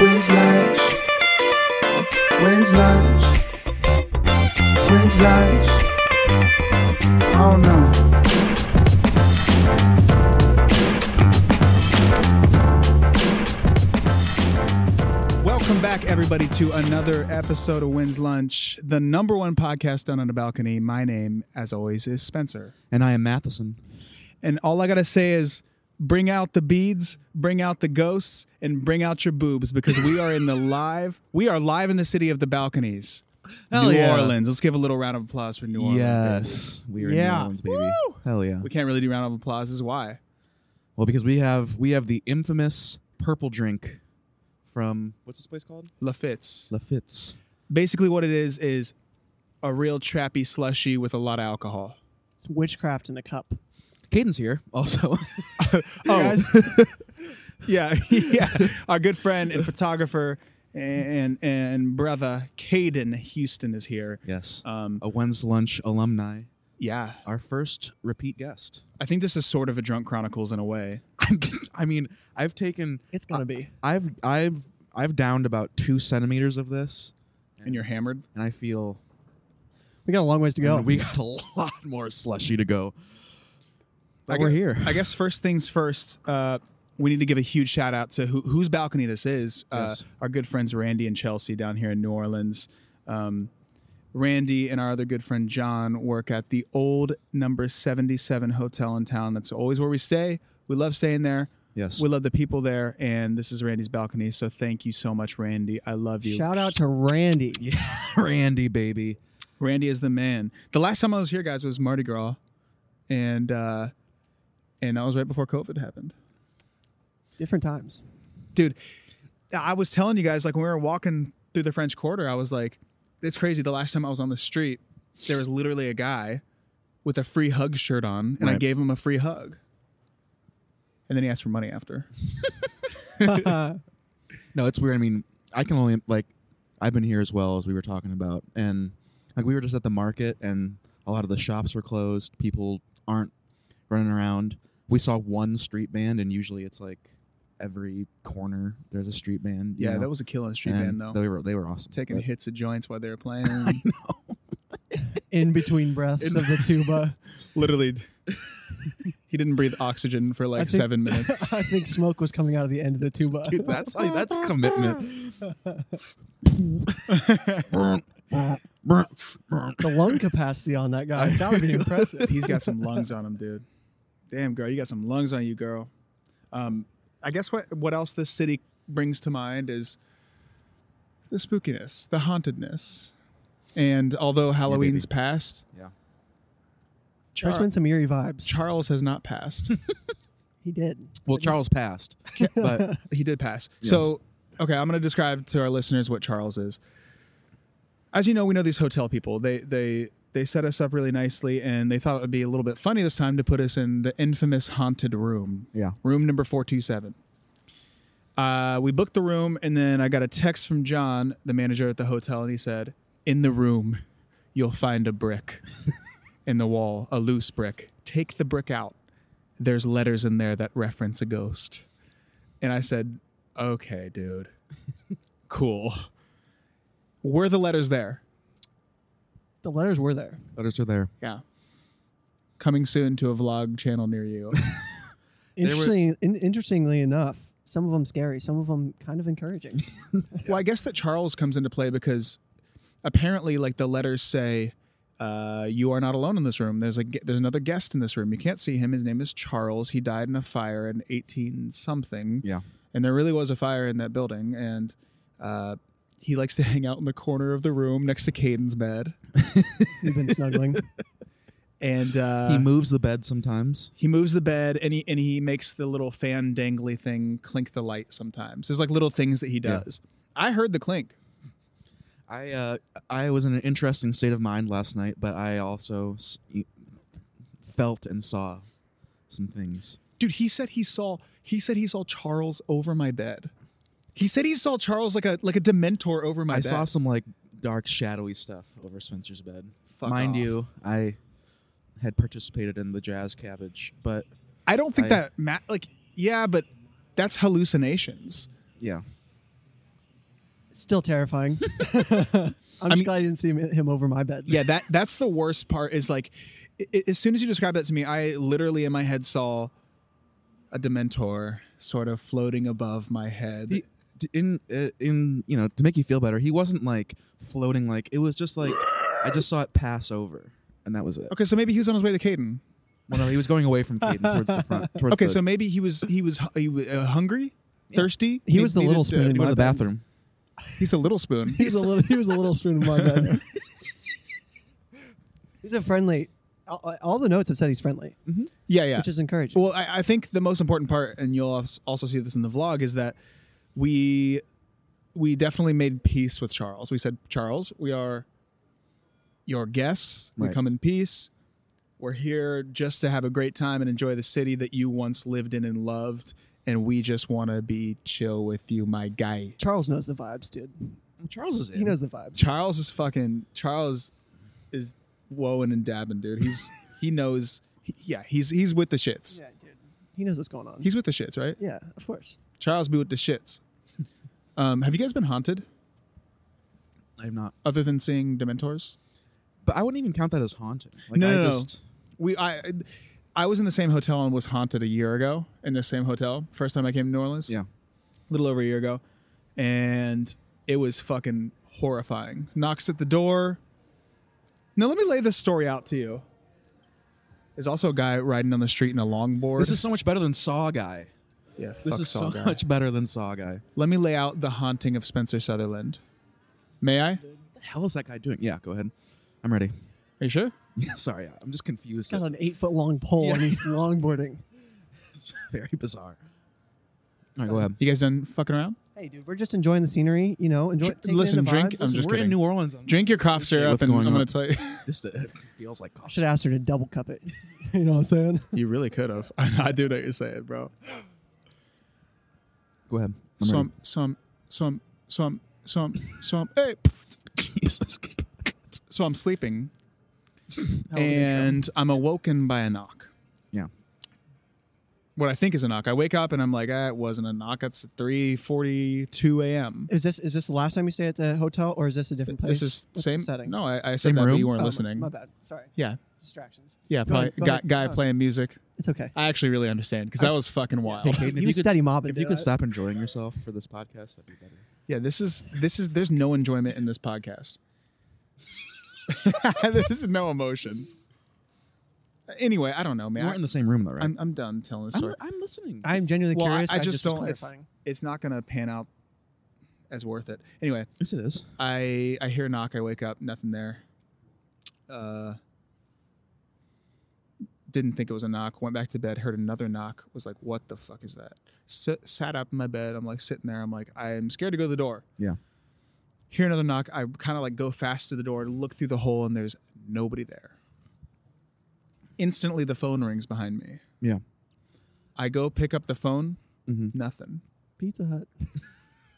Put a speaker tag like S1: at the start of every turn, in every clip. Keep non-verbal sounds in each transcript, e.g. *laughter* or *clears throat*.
S1: When's lunch? When's lunch? When's lunch? I don't know.
S2: Welcome back, everybody, to another episode of Wins Lunch, the number one podcast done on a balcony. My name, as always, is Spencer.
S3: And I am Matheson.
S2: And all I got to say is bring out the beads, bring out the ghosts, and bring out your boobs because we are
S3: *laughs*
S2: in the live, we are live in the city of the balconies.
S3: Hell
S2: New
S3: yeah.
S2: Orleans. Let's give a little round of applause for New Orleans.
S3: Yes, we are in
S4: Yeah.
S3: New Orleans, baby. Hell yeah!
S2: We can't really do round of applause, is why.
S3: Well, because we have we have the infamous purple drink from what's this place called?
S2: Lafitte's.
S3: Lafitte's.
S2: Basically, what it is is a real trappy slushy with a lot of alcohol.
S4: witchcraft in a cup.
S3: Caden's here *laughs* also.
S2: Oh.
S4: guys,
S2: Yeah, *laughs* yeah. Our good friend and photographer and and brother Caden Houston is here.
S3: *laughs* yes,
S2: Um,
S3: a Wens Lunch alumni,
S2: yeah,
S3: our first repeat guest. *laughs*
S2: I think this is sort of a drunk chronicles in a way.
S3: I'm, I mean, I've taken,
S4: it's gonna be.
S3: I've, I've, I've downed about two centimeters of this,
S2: And you're hammered.
S3: and I feel
S4: We got a long ways to go.
S3: I mean, we got a *laughs* lot more slushy to go. But
S2: I
S3: we're
S2: gu-
S3: here.
S2: I guess first things first. Uh, we need to give a huge shout out to who, whose balcony this is. Uh,
S3: Yes.
S2: Our good friends Randy and Chelsea down here in New Orleans. Um, Randy and our other good friend John work at the old number 77 hotel in town. That's always where we stay. We love staying there.
S3: yes.
S2: We love the people there, and this is Randy's balcony. So thank you so much, Randy. I love you.
S4: Shout out to Randy.
S3: Randy, baby.
S2: Randy is the man. The last time I was here, guys, was Mardi Gras, and uh, and that was right before COVID happened,
S4: Different times.
S2: dude. I was telling you guys like when we were walking through the French Quarter, I was like, it's crazy. The last time I was on the street, there was literally a guy with a free hug shirt on, and I
S3: Right.
S2: gave him a free hug, and then he asked for money after.
S4: Uh,
S3: No, it's weird. I mean, I can only like I've been here as well as we were talking about, and like we were just at the market, and a lot of the shops were closed. People aren't running around. We saw one street band, and usually it's like every corner there's a street band. you
S2: Yeah,
S3: know?
S2: that was a kill on the street
S3: And
S2: band though.
S3: They were they were awesome.
S2: Taking
S3: But
S2: hits of joints while they were playing.
S4: In between breaths of the tuba,
S2: Literally, he didn't breathe oxygen for
S4: I
S2: like
S4: think-
S2: seven minutes.
S4: I think smoke was coming out of the end of the tuba.
S2: *laughs*
S3: Dude, that's like that's commitment.
S4: The lung capacity on that guy *laughs* that would be impressive.
S2: He's got some lungs on him, dude. Damn, girl, you got some lungs on you, girl. Um, I guess what what else this city brings to mind is the spookiness, the hauntedness, and although Halloween's passed,
S3: Yeah.
S2: Char-
S4: There's been some eerie vibes.
S2: Charles has not passed.
S4: He did.
S3: *laughs* Well, Charles
S4: *laughs*
S3: passed, but
S2: He did pass.
S3: Yes.
S2: So, okay, I'm going to describe to our listeners what Charles is. As you know, we know these hotel people. They they they set us up really nicely, and they thought it would be a little bit funny this time to put us in the infamous haunted room.
S3: Yeah.
S2: room number four two seven. Uh, we booked the room, and then I got a text from John, the manager at the hotel, and he said, "In the room, you'll find a brick in the wall, a loose brick. Take the brick out. There's letters in there that reference a ghost." And I said, okay, dude, cool. Were the letters there?
S4: The letters were there.
S3: letters are there.
S2: Yeah. Coming soon to a vlog channel near
S3: *laughs*
S2: you.
S3: were-
S4: Interesting. in, interestingly enough, some of them scary. Some of them kind of encouraging.
S2: Well, I guess that Charles comes into play because apparently, like the letters say, uh, "You are not alone in this room." There's a ge- there's another guest in this room. You can't see him. His name is Charles. He died in a fire in 18 something.
S3: Yeah.
S2: and there really was a fire in that building, and uh, he likes to hang out in the corner of the room next to Caden's bed.
S4: We've been snuggling.
S2: And uh,
S3: he moves the bed sometimes.
S2: He moves the bed and he and he makes the little fan dangly thing clink the light sometimes. There's like little things that he
S3: Yeah.
S2: does. I heard the clink.
S3: I uh, I was in an interesting state of mind last night, but I also s- e- felt and saw some things.
S2: Dude, he said he saw he said he saw Charles over my bed. He said he saw Charles like a like a dementor over my
S3: I
S2: bed.
S3: saw some like dark, shadowy stuff over Spencer's bed.
S2: Fuck
S3: Mind
S2: off.
S3: you, I had participated in the jazz cabbage, but
S2: I don't think
S3: I-
S2: that Matt like yeah, but that's hallucinations.
S3: yeah,
S4: Still terrifying. *laughs* I'm just
S2: mean-
S4: glad I didn't see him, him over my bed.
S2: yeah that that's the worst part is like i- i- as soon as you describe that to me i literally in my head saw a dementor sort of floating above my head
S3: He- t- in uh, in you know to make you feel better he wasn't like floating like it was just like i just saw it pass over and that was it
S2: okay so maybe he was on his way to caden
S3: well no he was going away from Caden towards the front towards
S2: okay
S3: the,
S2: so maybe he was he was hu- he was uh, hungry thirsty
S4: He was the
S2: needed
S4: little
S2: to-
S4: spoon
S3: go
S4: in
S3: to
S4: my
S3: the
S4: bed.
S3: bathroom
S2: he's the little spoon
S4: *laughs* He was a little. He was a little spoon in my bed. *laughs* he's a friendly. all- All the notes have said he's friendly,
S2: yeah yeah
S4: which is encouraging.
S2: Well, I, I think the most important part, and you'll als- also see this in the vlog, is that we we definitely made peace with Charles. We said, Charles, we are your guests. We
S3: Right.
S2: come in peace. We're here just to have a great time and enjoy the city that you once lived in and loved. And we just want to be chill with you, my guy.
S4: Charles knows the vibes, dude.
S3: charles is in
S4: He knows the vibes.
S2: Charles is fucking Charles is woeing and dabbing, dude. *laughs* He's he knows. he- yeah, he's he's with the shits.
S4: yeah, dude. He knows what's going on.
S2: He's with the shits, right?
S4: yeah, of course.
S2: Charles be with the shits. Um, have you guys been haunted
S3: i'm not
S2: other than seeing Dementors?
S3: but i wouldn't even count that as haunting like
S2: No,
S3: i
S2: no, no.
S3: just
S2: We I I was in the same hotel and was haunted a year ago in the same hotel. First time I came to New Orleans.
S3: yeah
S2: A little over a year ago. And it was fucking horrifying. Knocks at the door. Now let me lay this story out to you. There's also a guy riding on the street in a longboard.
S3: this is so much better than saw guy
S2: yeah,
S3: this
S2: fuck
S3: is
S2: Saw
S3: so
S2: guy.
S3: much better than saw guy
S2: Let me lay out the haunting of Spencer Sutherland. May I? Are
S3: the hell is that guy doing yeah go ahead i'm ready *laughs*
S2: you sure?
S3: yeah sorry i'm just confused
S4: He's got an eight foot long pole
S3: Yeah.
S4: and he's longboarding.
S3: it's *laughs* very bizarre all right go ahead
S2: You guys done fucking around?
S4: Hey, dude, we're just enjoying the scenery. You know, enjoy.
S2: Dr-
S4: taking in
S2: listen,
S4: the
S2: drink-
S4: vibes.
S2: I'm just
S3: we're
S2: kidding.
S3: in new orleans I'm
S2: Drink your cough
S3: Let's see
S2: syrup,
S3: what's
S2: and I'm
S3: going
S2: going to
S3: on.
S2: tell you.
S3: *laughs* just it feels like
S4: I should ask her to double cup *laughs* it. you know what I'm saying?
S2: you really could have. *laughs* I do know what you're saying, bro.
S3: go ahead I'm ready.
S2: Some, some, some, some, some, some. Hey, pfft.
S3: *laughs* Jesus.
S2: so I'm sleeping,
S4: How old are you, Sean?
S2: and I'm awoken by a knock.
S3: Yeah.
S2: What I think is a knock. I wake up and I'm like, ah, it wasn't a knock. It's 3:42 a.m.
S4: Is this is this the last time you stay at the hotel, or is this a different place?
S2: This is
S4: What's the
S2: same.
S4: setting.
S2: No, I, I said
S3: Same
S2: that but
S3: room?
S2: you
S4: Oh,
S2: weren't
S4: my-
S2: listening.
S4: My, bad. Sorry.
S2: Yeah,
S4: Distractions.
S2: yeah.
S4: Go
S2: Probably,
S4: ahead, go
S2: guy, guy
S4: ahead, go ahead.
S2: playing music.
S4: It's okay.
S2: I actually really understand because
S4: I
S2: that
S4: s-
S2: was fucking wild.
S3: Caden,
S4: He was steady mobbing.
S3: If you
S4: dude.
S3: could stop enjoying yourself for this podcast, that'd be better.
S2: Yeah, this is this is there's no enjoyment in this podcast. *laughs* this is no emotions. Anyway, I don't know,
S3: We
S2: man.
S3: weren't in the same room though, right?
S2: I'm I'm done telling the
S3: I'm,
S2: story.
S3: I'm listening.
S4: I am genuinely
S2: well, I,
S4: curious.
S2: I just,
S4: was
S2: don't. It's,
S4: clarifying.
S2: it's not gonna pan out as worth it. Anyway,
S3: yes, it is.
S2: I I hear a knock. I wake up. Nothing there. Uh, didn't think it was a knock. Went back to bed. Heard another knock. Was like, what the fuck is that? S- sat up in my bed. I'm like sitting there. I'm like, I'm scared to go to the door.
S3: Yeah.
S2: Hear another knock. I kind of like go fast to the door. Look through the hole, and there's nobody there. Instantly, the phone rings behind me.
S3: Yeah.
S2: I go pick up the phone.
S3: Mhm.
S2: Nothing.
S4: Pizza Hut.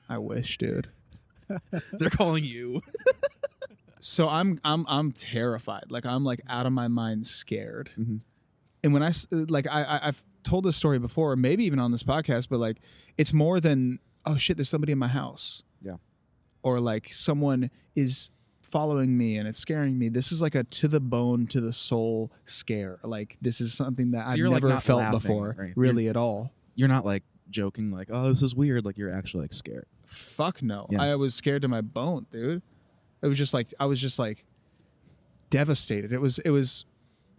S2: I wish, dude.
S3: They're calling you.
S2: so I'm I'm I'm terrified. Like I'm like out of my mind, scared.
S3: Mhm.
S2: And when I s- like I, I I've told this story before, maybe even on this podcast, but like it's more than oh shit, there's somebody in my house.
S3: Yeah.
S2: Or like someone is following me and it's scaring me. This is like a to the bone, to the soul scare. Like this is something that
S3: So
S2: I've
S3: you're, like,
S2: never
S3: not
S2: felt
S3: laughing
S2: before,
S3: or anything.
S2: really at all.
S3: You're not like joking, like, oh, this is weird. Like you're actually like scared. *laughs*
S2: Fuck no.
S3: Yeah.
S2: I was scared to my bone, dude. It was just like I was just like devastated. It was it was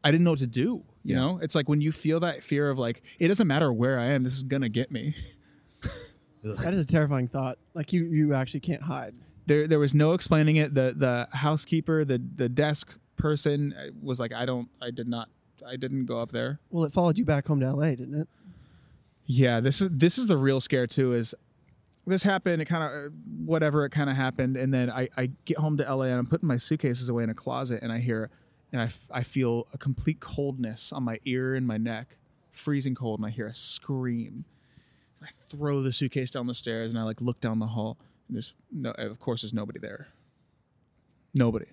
S2: I didn't know what to do. You
S3: Yeah.
S2: know? It's like when you feel that fear of like, it doesn't matter where I am, this is gonna get me. *laughs*
S4: That is a terrifying thought. Like you, you actually can't hide.
S2: There there was no explaining it. The the housekeeper, the the desk person uh, was like, I don't I did not I didn't go up there.
S4: Well, it followed you back home to LA, didn't it?
S2: Yeah, this is this is the real scare too. Is this happened? It kind of whatever. It kind of happened, and then I, I get home to LA and I'm putting my suitcases away in a closet, and I hear, and I, f- I feel a complete coldness on my ear and my neck, freezing cold, and I hear a scream. I throw the suitcase down the stairs, and I like look down the hall, and there's no, of course, there's nobody there. Nobody.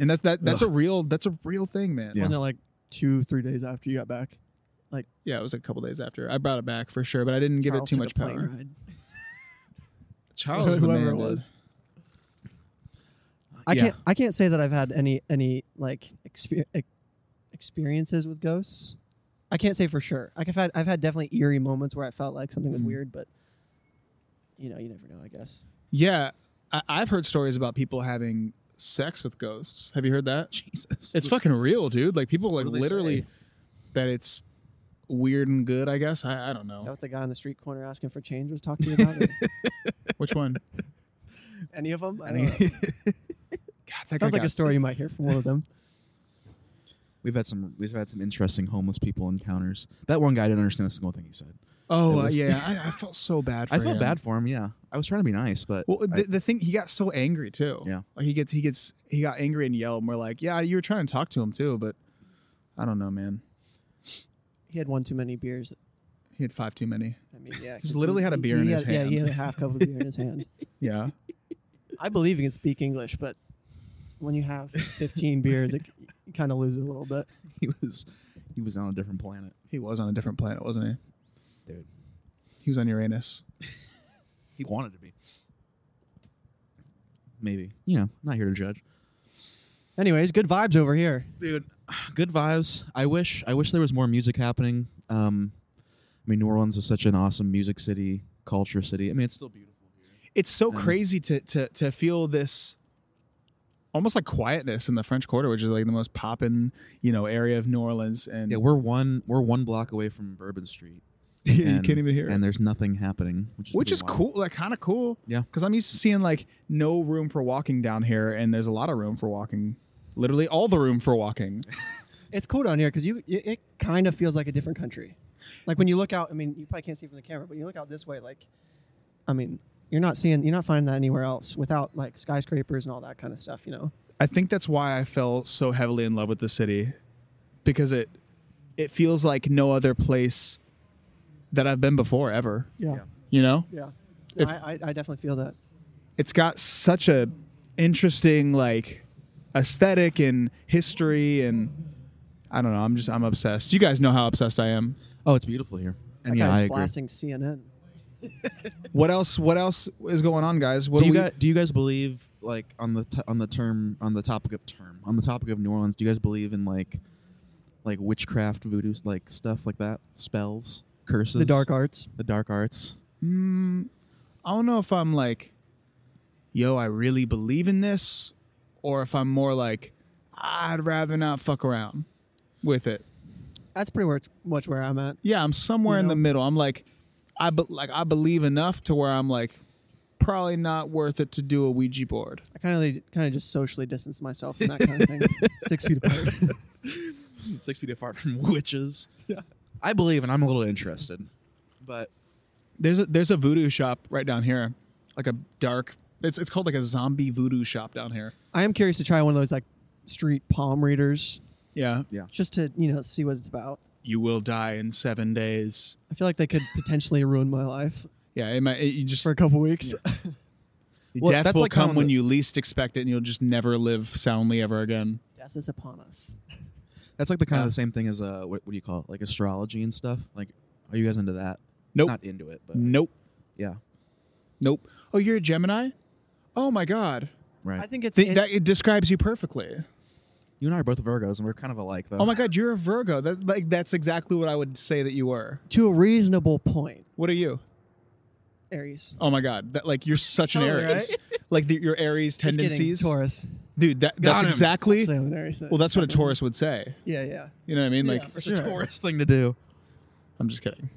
S2: And that's that. That's a real. That's a real thing, man.
S3: Yeah.
S4: Wasn't it like two, three days after you got back?
S2: Yeah, it was a couple days after. I brought it back for sure, but I didn't give
S4: Charles
S2: it too
S4: took a
S2: much
S4: plane
S2: power.
S4: ride. *laughs*
S3: *laughs*
S2: Charles, the man,
S4: Whoever it
S2: dude. Uh,
S4: was. I
S3: Yeah.
S4: can't. I can't say that I've had any any like exper- ex- experiences with ghosts. I can't say for sure. Like I've had I've had definitely eerie moments where I felt like something was
S2: Mm.
S4: weird, but you know, you never know. I guess.
S2: Yeah, I- I've heard stories about people having sex with ghosts. Have you heard that?
S3: Jesus.
S2: It's fucking real, dude. Like people like
S3: do they
S2: literally
S3: say?
S2: that it's weird and good. I guess I, I don't know
S4: Is that what the guy on the street corner asking for change was talking to you
S2: *laughs*
S4: about? Or
S2: which
S3: *laughs*
S2: one.
S4: any of them? I don't *laughs* know.
S2: God, that guy
S4: Sounds like
S2: got-
S4: a story you might hear from one of them.
S3: we've had some we've had some interesting homeless people encounters. That one guy didn't understand a single thing he said.
S2: Oh
S3: It
S2: uh,
S3: was-
S2: yeah,
S3: *laughs*
S2: I, I felt so bad. for
S3: I felt
S2: him.
S3: bad for him. Yeah, I was trying to be nice, but
S2: Well, the,
S3: I-
S2: the thing he got so angry too.
S3: Yeah.
S2: like, he gets he gets he got angry and yelled. And we're like, yeah, you were trying to talk to him too, but I don't know, man.
S4: *laughs* He had one too many beers.
S2: He had five too many.
S4: I mean, yeah,
S2: He's
S4: 'cause
S2: literally
S4: he-
S2: had a
S4: he-
S2: beer
S4: he
S2: in
S4: had-
S2: his
S4: Yeah, he
S2: hand.
S4: had a half cup of beer in *laughs* his hand.
S3: *laughs*
S2: Yeah,
S4: I believe he can speak English, but when you have 15 *laughs* beers, it, you kind of lose it a little bit.
S3: *laughs* he was he was on a different planet.
S2: he was on a different planet, wasn't he?
S3: Dude.
S2: he was on Uranus.
S3: He wanted to be. Maybe you know, not here to judge,
S4: Anyways, good vibes over here.
S3: dude. Good vibes. I wish I wish there was more music happening. Um, I mean, New Orleans is such an awesome music city, culture city. I mean, it's still beautiful.
S2: It's so
S3: Um,
S2: crazy to to to feel this almost like quietness in the French Quarter, which is like the most poppin' you know area of New Orleans, and
S3: Yeah, we're one we're one block away from Bourbon Street.
S2: *laughs* you
S3: and-
S2: can't even hear it.
S3: And there's nothing happening, which is,
S2: which
S3: pretty
S2: is
S3: wild.
S2: cool like kind of cool
S3: Yeah.
S2: because i'm used to seeing like no room for walking down here and there's a lot of room for walking literally all the room for
S3: *laughs*
S2: walking
S4: It's cool down here because you it, it kind of feels like a different country. Like when you look out, I mean, you probably can't see from the camera, but you look out this way, like, I mean, you're not seeing, you're not finding that anywhere else without like skyscrapers and all that kind of stuff, you know.
S2: i think that's why i fell so heavily in love with the city because it it feels like no other place that i've been before ever
S4: Yeah,
S2: you know
S4: yeah.
S2: If-
S4: I, I, I definitely feel that.
S2: it's got such a interesting like aesthetic and history and i don't know i'm just i'm obsessed you guys know how obsessed i am
S3: Oh, it's beautiful here. And
S4: That
S3: yeah,
S4: guy's
S3: I agree.
S4: blasting CNN.
S2: what else what else is going on guys what
S3: do you
S2: we-
S3: guys do you guys believe like on the t- on the term on the topic of term on the topic of New Orleans? Do you guys believe in like like witchcraft, voodoo, like stuff like that, spells, curses,
S4: The dark arts.
S3: the dark arts?
S2: Mm, I don't know if I'm like, yo, I really believe in this, or if I'm more like, I'd rather not fuck around with it.
S4: That's pretty much- much where I'm at.
S2: Yeah, I'm somewhere in the
S4: Yeah.
S2: middle. I'm like, I be- like I believe enough to where I'm like, probably not worth it to do a Ouija board.
S4: I kind of kind of just socially distance myself from that kind of thing.
S2: *laughs*
S4: Six feet apart. *laughs*
S3: Six feet apart from *laughs* witches.
S4: Yeah.
S3: I believe, and I'm a little interested, but
S2: There's a there's a voodoo shop right down here, like a dark. It's it's called like a zombie voodoo shop down here.
S4: I am curious to try one of those like street palm readers
S2: Yeah,
S4: just to you know see what it's about.
S2: you will die in seven days.
S4: I feel like they could potentially ruin my life
S2: Yeah, it might. It, you just
S4: for a couple weeks. *laughs*
S2: Your
S3: Well,
S2: Death
S3: that's
S2: will
S3: like kind
S2: come
S3: of
S2: when
S3: the-
S2: you least expect it, and you'll just never live soundly ever again.
S4: Death is upon us.
S3: that's like the kind
S2: Yeah.
S3: of the same thing as uh, what, what do you call it? Like astrology and stuff. Like, are you guys into that?
S2: Nope.
S3: Not into it, but
S2: Nope.
S3: yeah,
S2: Nope. Oh, you're a Gemini. Oh my God.
S3: right.
S4: I think it's
S2: Th-
S4: it-
S2: that it describes you perfectly.
S3: you and I are both Virgos, and we're kind of alike, though.
S2: Oh my God, you're a Virgo. That like that's exactly what I would say that you were.
S4: to a reasonable point.
S2: What are you?
S4: Aries.
S2: Oh my God, that like you're such an
S4: Totally,
S2: Aries. Like the, your Aries
S4: Just kidding,
S2: tendencies,
S4: Taurus.
S2: dude. That, that's
S3: him.
S2: exactly.
S4: Actually, I'm an Aries.
S2: Well, that's what a Taurus would say.
S4: Yeah, yeah.
S2: You know what I mean?
S4: Yeah.
S2: Like
S3: *laughs* It's
S4: Sure.
S3: a Taurus thing to do.
S2: I'm just kidding.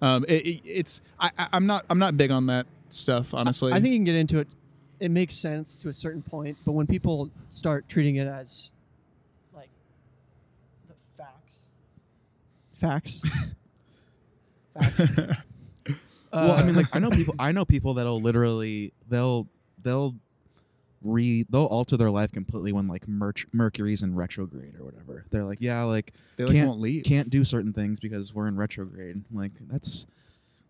S2: Um, it, it, it's I, I, I'm not I'm not big on that stuff honestly.
S4: I think you can get into it. It makes sense to a certain point, but when people start treating it as like the facts, facts, *laughs* facts.
S3: Well, I mean,
S2: Uh,
S3: like I know people. I know people that'll literally they'll they'll re they'll alter their life completely when like merch, Mercury's in retrograde or whatever. They're like, yeah, like
S2: They, like,
S3: can't
S2: won't leave.
S3: can't do certain things because we're in retrograde. I'm Like that's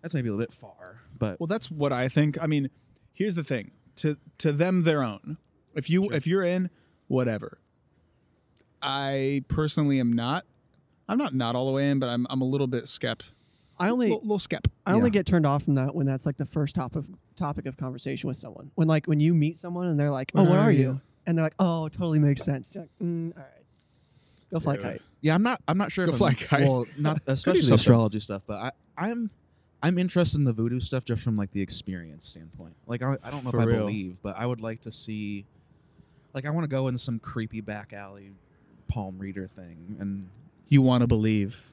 S3: that's maybe a little bit far, but
S2: Well, that's what I think. I mean, here's the thing: to to them, their own. If you if you're in whatever, I personally am not. I'm not not all the way in, but I'm I'm a little bit skept
S4: I only
S2: little, little skep.
S4: I only
S3: Yeah.
S4: get turned off from that when that's like the first top of, topic of conversation with someone. When like when you meet someone and they're like, "Oh, what are you?" and they're like, "Oh, totally makes sense." You're like, mm, all right, go fly
S2: Dude.
S4: kite.
S3: Yeah, I'm not. I'm not sure.
S2: Go
S3: if
S2: fly
S3: I'm,
S2: kite.
S3: Well,
S2: *laughs*
S3: not especially the
S2: something.
S3: astrology stuff, but I, I'm, I'm interested in the voodoo stuff just from like the experience standpoint. Like I, I don't know
S2: For
S3: if I
S2: real.
S3: believe, but I would like to see, like I want to go in some creepy back alley, palm reader thing, and
S2: You want to believe?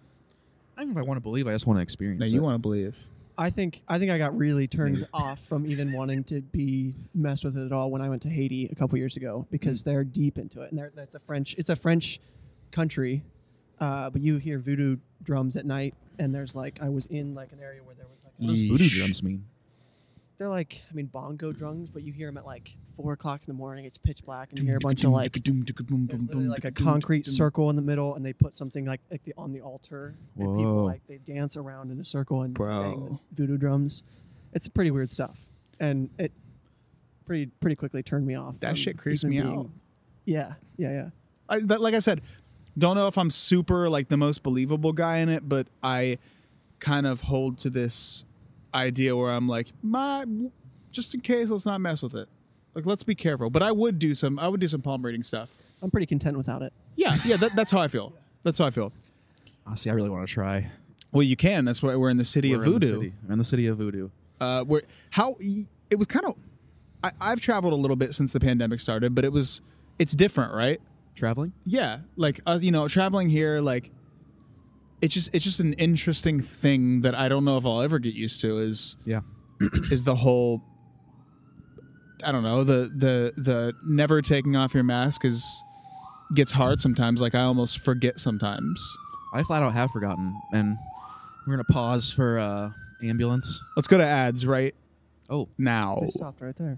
S3: I don't know if I want to believe. I just want to experience.
S2: No,
S3: it.
S2: you want to believe.
S4: I think I think I got really turned
S3: Maybe.
S4: off from even wanting to be messed with it at all when I went to Haiti a couple years ago because they're deep into it and they're, that's a French it's a French country, uh, but you hear voodoo drums at night and there's like I was in like an area where there was like
S3: What does voodoo
S2: Yeesh.
S3: drums mean?
S4: they're like I mean bongo drums but you hear them at like four o'clock in the morning it's pitch black and you hear a bunch of like there's literally like a concrete circle in the middle and they put something like, like the, on the altar and
S3: Whoa.
S4: people like they dance around in a circle and bang
S2: Bro.
S4: the voodoo drums it's pretty weird stuff and it pretty pretty quickly turned me off
S2: That
S4: from
S2: shit creeps
S4: even
S2: me
S4: being-
S2: out.
S4: yeah yeah yeah
S2: I, that, like I said, don't know if I'm super like the most believable guy in it, but I kind of hold to this idea where I'm like, my, just in case, let's not mess with it. Like, let's be careful. But I would do some, I would do some palm reading stuff.
S4: I'm pretty content without it
S2: Yeah, yeah, that, that's how I feel. That's how I feel.
S3: Honestly, I really want to try.
S2: Well, you can. That's why we're in the city
S3: We're
S2: of
S3: in the
S2: voodoo.
S3: city- we're in the city of voodoo.
S2: uh, where how it was kind of I, I've traveled a little bit since the pandemic started, but it was it's different, right?
S3: Traveling?
S2: Yeah, like uh, you know, traveling here, like it's just it's just an interesting thing that I don't know if I'll ever get used to. Is
S3: Yeah.
S2: is the whole I don't know the the the never taking off your mask is gets hard sometimes. Like I almost forget sometimes.
S3: I flat out have forgotten, and we're gonna pause for uh, ambulance.
S2: Let's go to ads right
S3: Oh,
S2: now.
S4: they stopped right there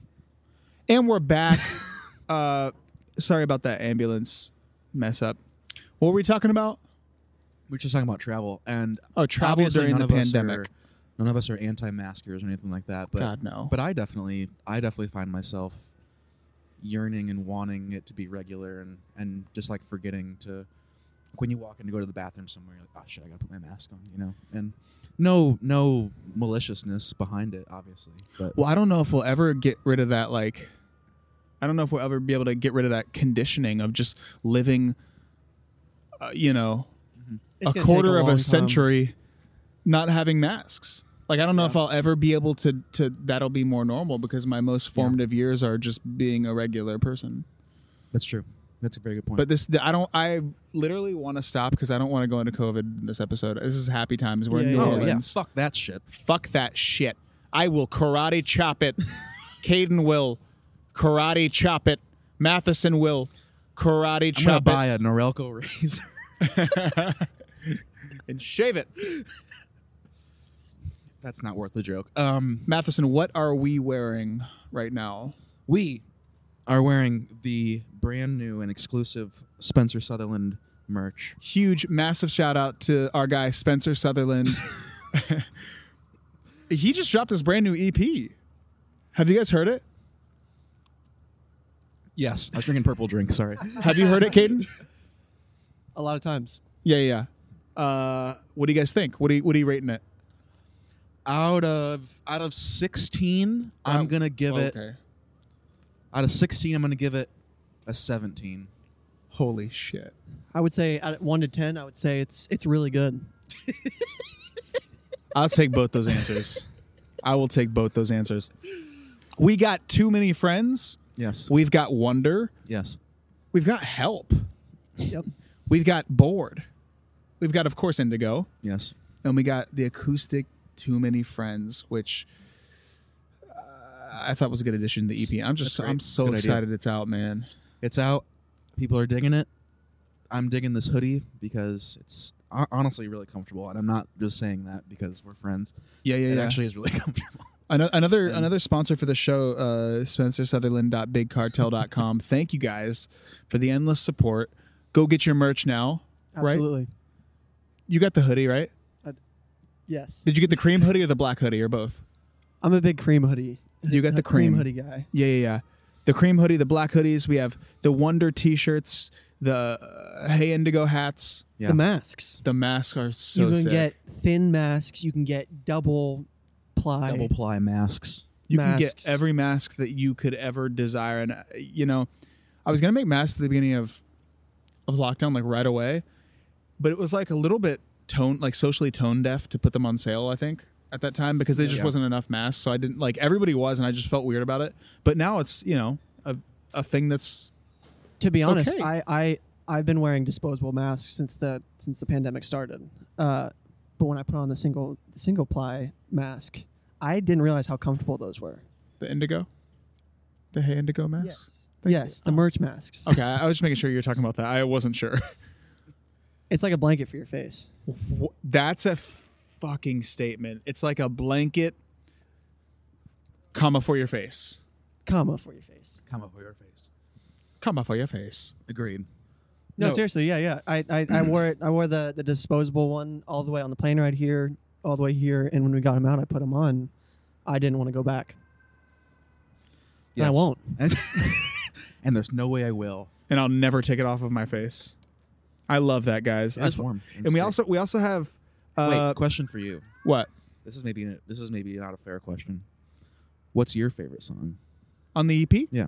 S2: And we're back. *laughs* uh, sorry about that ambulance mess up. What were we talking about?
S3: we were just talking about travel and
S2: Oh, travel
S3: obviously
S2: during
S3: none
S2: the
S3: of us
S2: pandemic.
S3: are- none of us are anti-maskers or anything like that. But
S2: God, no.
S3: But I definitely, I definitely find myself yearning and wanting it to be regular and and just like forgetting to like, when you walk in to go to the bathroom somewhere, you're like, oh shit, I gotta put my mask on, you know. And no, no maliciousness behind it, obviously. But
S2: Well, I don't know if we'll ever get rid of that. Like, I don't know if we'll ever be able to get rid of that conditioning of just living, uh, you know,
S4: It's
S2: a
S4: gonna take
S2: quarter of
S4: long
S2: a
S4: time.
S2: century not having masks. Like, I don't know if I'll ever be able to, to, that'll be more normal because my most formative years are just being a regular person.
S3: that's true. That's a very good point.
S2: But this, I don't. I literally want to stop because I don't want to go into COVID in this episode. This is happy times. We're in
S4: Yeah,
S2: New
S4: yeah,
S3: oh yeah,
S2: Orleans.
S3: fuck that shit.
S2: Fuck that shit. I will karate chop
S3: *laughs*
S2: it. Caden will karate chop it. Matheson will karate
S3: I'm gonna
S2: chop
S3: buy
S2: it
S3: a Norelco *laughs* razor.
S2: and shave it.
S3: that's not worth the joke. Um,
S2: Matheson, what are we wearing right now?
S3: we are wearing the brand new and exclusive Spencer Sutherland merch.
S2: Huge, massive shout out to our guy Spencer
S3: *laughs*
S2: Sutherland. he just dropped his brand new EP. Have you guys heard it?
S3: Yes, I was drinking purple drink. Sorry.
S2: Have you heard it,
S3: *laughs*
S2: Caden?
S4: a lot of times
S2: Yeah, yeah. yeah. Uh, what do you guys think? What do you, what are you rating it?
S3: out of out of sixteen, I'm gonna give it. Out of sixteen, I'm gonna give it a seventeen.
S2: Holy shit.
S4: I would say out of one to ten I would say it's it's really good
S2: I'll take both those answers. I will take both those answers. We got too many friends.
S3: Yes.
S2: We've got wonder.
S3: yes.
S2: We've got help.
S4: yep
S2: We've got bored. We've got, of course, Indigo.
S3: Yes.
S2: And we got the acoustic Too Many Friends, which uh, I thought was a good addition to the EP. I'm just,
S3: That's great.
S2: I'm so
S3: It's a good idea.
S2: excited it's out, man.
S3: It's out. People are digging it. I'm digging this hoodie because it's ho- honestly really comfortable, and I'm not just saying that because we're friends.
S2: Yeah, yeah,
S3: it
S2: yeah.
S3: actually is really *laughs* comfortable.
S2: Ano- Another
S3: And-
S2: another sponsor for the show, uh, SpencerSutherland.BigCartel.com. Thank you guys for the endless support. Go get your merch now. Right?
S4: Absolutely.
S2: You got the hoodie, right?
S4: Yes.
S2: Did you get the cream hoodie or the black hoodie or both?
S4: I'm a big cream hoodie.
S2: You got
S4: A
S2: the cream.
S4: hoodie guy.
S2: Yeah, yeah, yeah. The cream hoodie, the black hoodies. We have the Wonder T-shirts, the uh, Hey Indigo hats.
S3: Yeah.
S4: The masks.
S2: The masks are so
S4: you can
S2: sick.
S4: get thin masks. You can get double ply.
S3: Double ply masks.
S2: you can
S4: masks.
S2: get every mask that you could ever desire. And uh, you know, I was gonna make masks at the beginning of of lockdown, like right away, but it was like a little bit tone, like socially tone deaf to put them on sale. I think at that time because there just
S3: Yeah.
S2: wasn't enough masks, so I didn't like everybody was, and I just felt weird about it. But now it's you know a a thing that's
S4: to be honest,
S2: Okay.
S4: I, I I've been wearing disposable masks since the since the pandemic started. Uh, but when I put on the single single ply mask, I didn't realize how comfortable those were.
S2: the indigo, the Hey Indigo masks. Thank
S4: Yes, the merch masks.
S2: Okay, I I was just making sure you were talking about that. I wasn't sure.
S4: It's like a blanket for your face.
S2: Wh- That's a fucking statement. It's like a blanket, comma for your face.
S4: Comma for your face.
S3: Come up with your face.
S2: Comma for your face.
S3: Agreed.
S4: No,
S2: No.
S4: seriously, yeah, yeah. I, I, I wore it I wore the, the disposable one all the way on the plane right here, all the way here, and when we got them out I put them on. I didn't want to go back. And I won't.
S3: *laughs* And, and there's no way I will.
S2: And I'll never take it off of my face. I love that, guys.
S3: It's
S2: That's-
S3: warm.
S2: And we also we also have
S3: wait.
S2: uh,
S3: question for you.
S2: what
S3: This is maybe this is maybe not a fair question. What's your favorite song?
S2: on the EP?
S3: Yeah.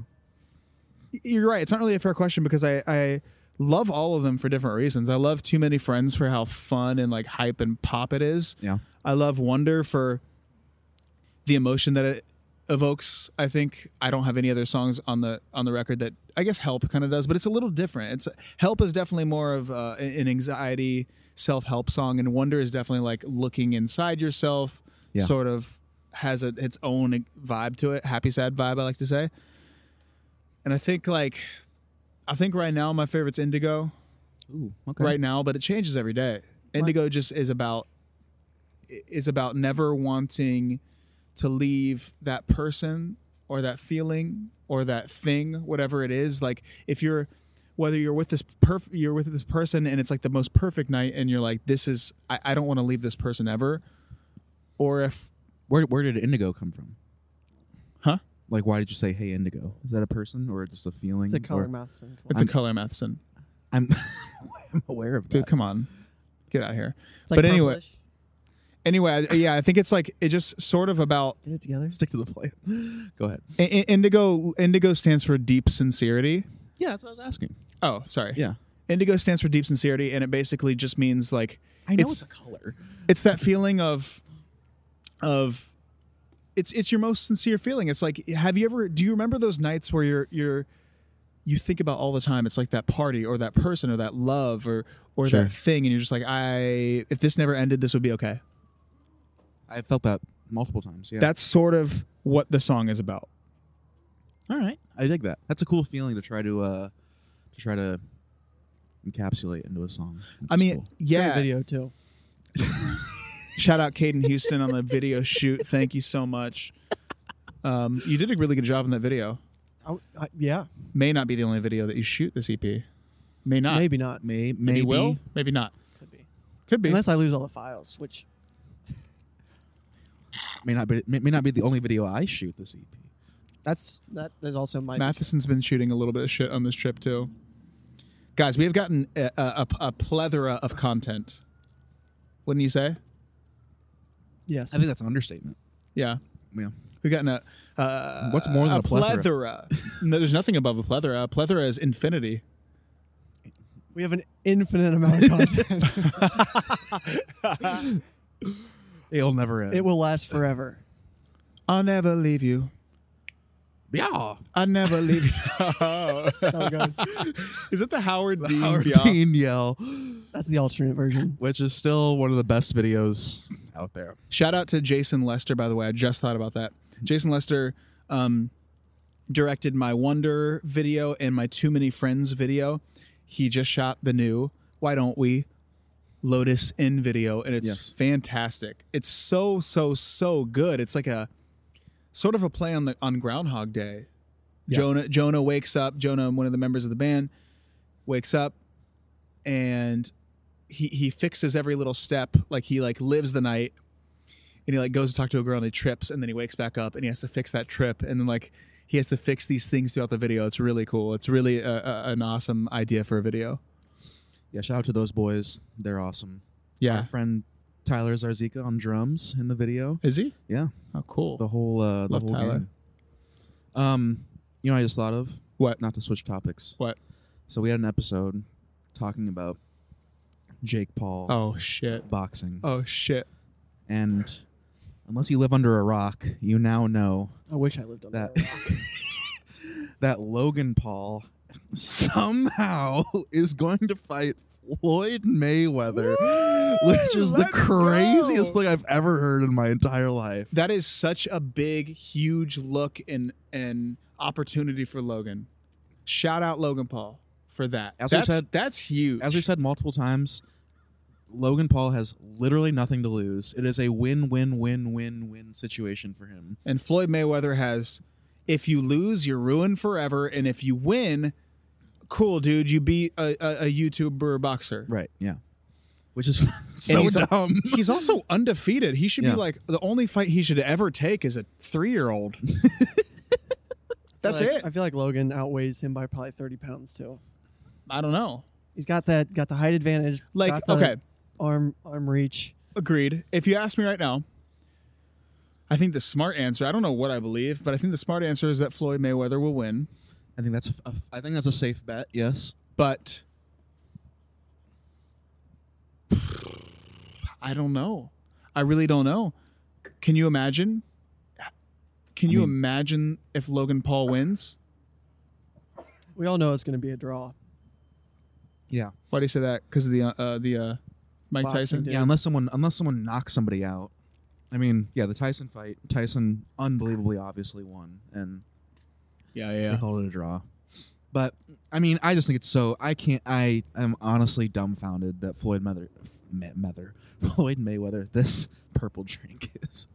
S2: Y- You're right. It's not really a fair question because I I love all of them for different reasons. I love Too Many Friends for how fun and like hype and pop it is.
S3: Yeah.
S2: I love Wonder for the emotion that it evokes. I think I don't have any other songs on the on the record that I guess Help kind of does, but it's a little different. It's Help is definitely more of uh, an anxiety self help song, and Wonder is definitely like looking inside yourself,
S3: Yeah.
S2: sort of has a, its own vibe to it, happy sad vibe. I like to say, and I think like I think right now my favorite's Indigo
S3: Ooh. Okay.
S2: right now, but it changes every day. Indigo just is about is about never wanting to leave that person or that feeling or that thing, whatever it is. Like if you're whether you're with this perf- you're with this person and it's like the most perfect night and you're like, this is I, I don't want to leave this person ever. Or if
S3: Where Where did Indigo come from?
S2: Huh?
S3: Like, why did you say "Hey, Indigo"? Is that a person or just a feeling?
S4: It's a color
S3: Mm, Or-
S4: Matheson.
S2: it's
S3: I'm-
S2: a color Matheson.
S3: I'm, *laughs* I'm aware of that.
S2: Dude, come on. Get out of here.
S4: It's like
S2: but anyway,
S4: purplish.
S2: anyway, I- yeah, I think it's like it just sort of about
S4: Get it together.
S3: Stick to the plan. Go ahead.
S2: I- I- Indigo Indigo stands for deep sincerity.
S3: Yeah, that's what I was asking.
S2: Oh, sorry.
S3: Yeah.
S2: Indigo stands for deep sincerity, and it basically just means like
S3: I know
S2: it's
S3: it's, a color.
S2: it's that feeling of of it's it's your most sincere feeling. It's like have you ever do you remember those nights where you're you're you think about all the time. It's like that party or that person or that love or or
S3: Sure.
S2: that thing, and you're just like, I if this never ended, this would be okay.
S3: I felt that multiple times. Yeah.
S2: That's sort of what the song is about.
S3: all right. I dig that. That's a cool feeling to try to uh to try to encapsulate into a song. which
S2: I
S3: is
S2: mean,
S3: cool.
S4: Great
S2: yeah.
S4: video too.
S2: Shout out Caden Houston on the video shoot. Thank you so much. Um, you did a really good job in that video.
S4: I, I, yeah,
S2: May not be the only video that you shoot this EP. May not.
S4: maybe not.
S3: may
S2: Ah. Maybe
S3: maybe
S2: will. Maybe not.
S4: Could be.
S2: Could be.
S4: Unless I lose all the files, which
S3: may not be may, may not be the only video I shoot this E EP.
S4: that's that is also my
S2: Matheson's been shooting a little bit of shit on this trip too. Guys, we have gotten a, a, a plethora of content. Wouldn't you say?
S4: yes.
S3: I think that's an understatement.
S2: Yeah,
S3: Yeah.
S2: we've gotten a. Uh,
S3: What's more than a plethora?
S2: no, there's nothing above a plethora. A plethora is infinity.
S4: we have an infinite amount of
S2: *laughs*
S4: content.
S3: It'll never end.
S4: it will last forever.
S2: I'll never leave you.
S3: *laughs* Yeah.
S2: I'll never leave you.
S4: That's how it goes.
S2: *laughs* is it the Howard Dean?
S3: Our
S2: Beyond-
S3: teen yell,
S4: That's the alternate version.
S3: which is still one of the best videos out there.
S2: Shout out to Jason Lester, by the way. I just thought about that. Jason Lester um, directed my Wonder video and my Too Many Friends video. He just shot the new Why Don't We Lotus in video, and it's
S3: Yes.
S2: fantastic. It's so so so good. It's like a sort of a play on the on Groundhog Day.
S3: Yeah.
S2: Jonah Jonah wakes up. Jonah, one of the members of the band, wakes up, and he he fixes every little step. Like he like lives the night, and he like goes to talk to a girl and he trips, and then he wakes back up and he has to fix that trip, and then like he has to fix these things throughout the video. It's really cool. It's really a, a, an awesome idea for a video.
S3: Yeah, shout out to those boys. They're awesome.
S2: Yeah,
S3: Our friend Tyler Zarzika on drums in the video.
S2: is he?
S3: Yeah.
S2: Oh, cool.
S3: The whole uh the
S2: Love
S3: whole
S2: Tyler.
S3: game. Um, you know what I just thought of?
S2: What?
S3: Not to switch topics.
S2: What?
S3: So we had an episode talking about Jake Paul
S2: Oh shit.
S3: boxing.
S2: Oh shit.
S3: And unless you live under a rock, you now know
S4: I wish I lived on
S3: that
S4: that.
S3: *laughs* that Logan Paul somehow *laughs* is going to fight Floyd Mayweather, which is the
S2: let's
S3: craziest
S2: go.
S3: thing I've ever heard in my entire life.
S2: That is such a big, huge look and and opportunity for Logan. Shout out Logan Paul for that.
S3: As we
S2: that's,
S3: said-
S2: that's huge.
S3: As we've said multiple times, Logan Paul has literally nothing to lose. It is a win win win win win situation for him.
S2: and Floyd Mayweather has, if you lose, you're ruined forever, and if you win, cool, dude, you beat a, a, a YouTuber boxer.
S3: Right, yeah. Which is *laughs* so
S2: he's a-
S3: dumb.
S2: He's also undefeated. He should
S3: Yeah.
S2: be like the only fight he should ever take is a three year old. that's it.
S4: I feel like Logan outweighs him by probably thirty pounds too.
S2: I don't know.
S4: He's got that got the height advantage.
S2: Like,
S4: got the
S2: okay.
S4: arm arm reach.
S2: Agreed. If you ask me right now, I think the smart answer, I don't know what I believe, but I think the smart answer is that Floyd Mayweather will win.
S3: I think that's a, a, I think that's a safe bet. Yes.
S2: But *sighs* I don't know. I really don't know. Can you imagine? Can you imagine if Logan Paul wins?
S4: We all know it's going to be a draw.
S3: Yeah.
S2: Why do you say that? Because of the uh, uh, the uh, Mike
S4: Boxing,
S2: Tyson.
S4: dude.
S3: Yeah, unless someone unless someone knocks somebody out. I mean, yeah, the Tyson fight, Tyson unbelievably obviously won, and
S2: Yeah,
S3: they called it a draw. But I mean, I just think it's so. I can't. I am honestly dumbfounded that Floyd Mather, Mather, *laughs* Floyd Mayweather, this purple drink is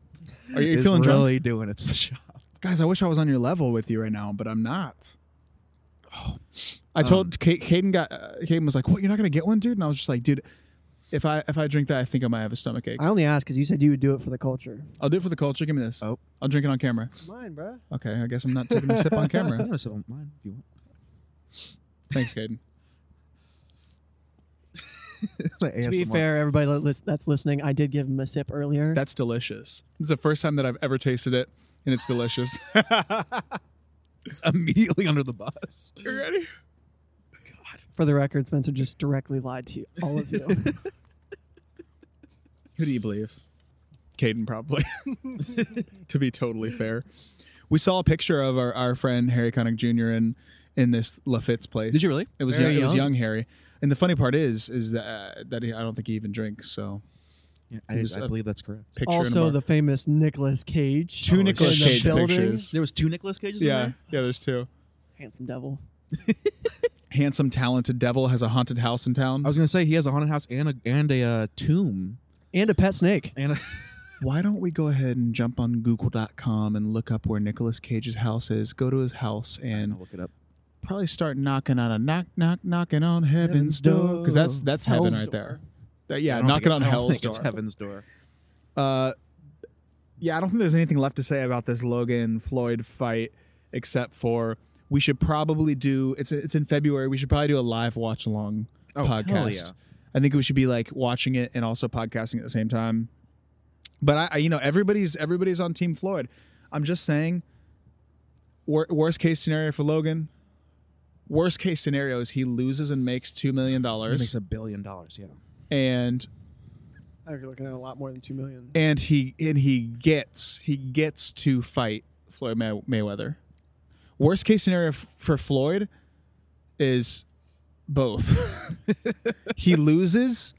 S2: Are you
S3: is
S2: feeling drunk?
S3: really doing its *laughs* job.
S2: guys, I wish I was on your level with you right now, but I'm not.
S3: Oh.
S2: I told
S3: Um.
S2: Kate, Caden got uh, Caden was like, "What? You're not gonna get one, dude?" And I was just like, "Dude, if I if I drink that, I think I might have a stomach ache.
S4: I only asked because you said you would do it for the culture.
S2: I'll do it for the culture. Give me this.
S3: Oh.
S2: I'll drink it on camera.
S4: Mine, bruh.
S2: Okay, I guess I'm not taking a sip on
S3: I'm *laughs*
S2: camera.
S3: gonna sip on mine if you want.
S2: Thanks, Caden.
S3: The
S4: To be
S3: ASMR.
S4: fair, everybody li- lis- that's listening, I did give him a sip earlier.
S2: That's delicious. It's the first time that I've ever tasted it, and it's delicious.
S3: it's immediately under the bus.
S2: you ready?
S4: for the record, Spencer just directly lied to you, all of
S2: *laughs*
S4: you.
S2: Who do you believe? Caden, probably. *laughs* to be totally fair, we saw a picture of our, our friend Harry Connick Jr. in in this Lafitte's place.
S3: Did you really?
S2: It was
S4: Very
S2: young, it was
S4: young.
S2: young Harry. And the funny part is is that uh, that he, I don't think he even drinks. So
S3: Yeah, I,
S2: was
S3: I
S2: a-
S3: believe that's correct.
S2: picture in a
S4: also,
S2: mark-
S4: the famous Nicolas Cage.
S2: two
S4: in
S2: Nicolas
S4: the
S2: Cage
S4: building.
S2: pictures.
S3: There was two Nicolas Cages. in
S2: Yeah,
S3: there?
S2: yeah. There's two.
S4: Handsome devil.
S2: Handsome, talented devil has a haunted house in town.
S3: I was gonna say he has a haunted house and a and a uh, tomb
S4: And a pet snake.
S3: and *laughs* a.
S2: Why don't we go ahead and jump on Google.com and look up where Nicolas Cage's house is? Go to his house and
S3: I'll look it up.
S2: probably start knocking on a knock knock knocking on heaven's door because that's that's heaven
S4: Hell's
S2: right there.
S4: door.
S2: That-
S3: I
S2: yeah,
S3: don't
S2: knocking
S3: think-
S2: on
S3: I don't
S2: hell's
S3: think
S2: door.
S3: It's heaven's door.
S2: Uh, yeah, I don't think there's anything left to say about this Logan Floyd fight except for we should probably do it's it's in February. We should probably do a live watch along
S3: Oh, hell
S2: podcast.
S3: yeah.
S2: I think we should be like watching it and also podcasting at the same time. But I, I you know, everybody's everybody's on Team Floyd. I'm just saying. Wor- worst case scenario for Logan. Worst case scenario is he loses and makes two million
S3: It makes
S2: dollars,
S3: a billion dollars. Yeah.
S2: and
S4: I think you're looking at a lot more than two million.
S2: and he and he gets he gets to fight Floyd May- Mayweather. Worst case scenario f- for Floyd is both. *laughs* he loses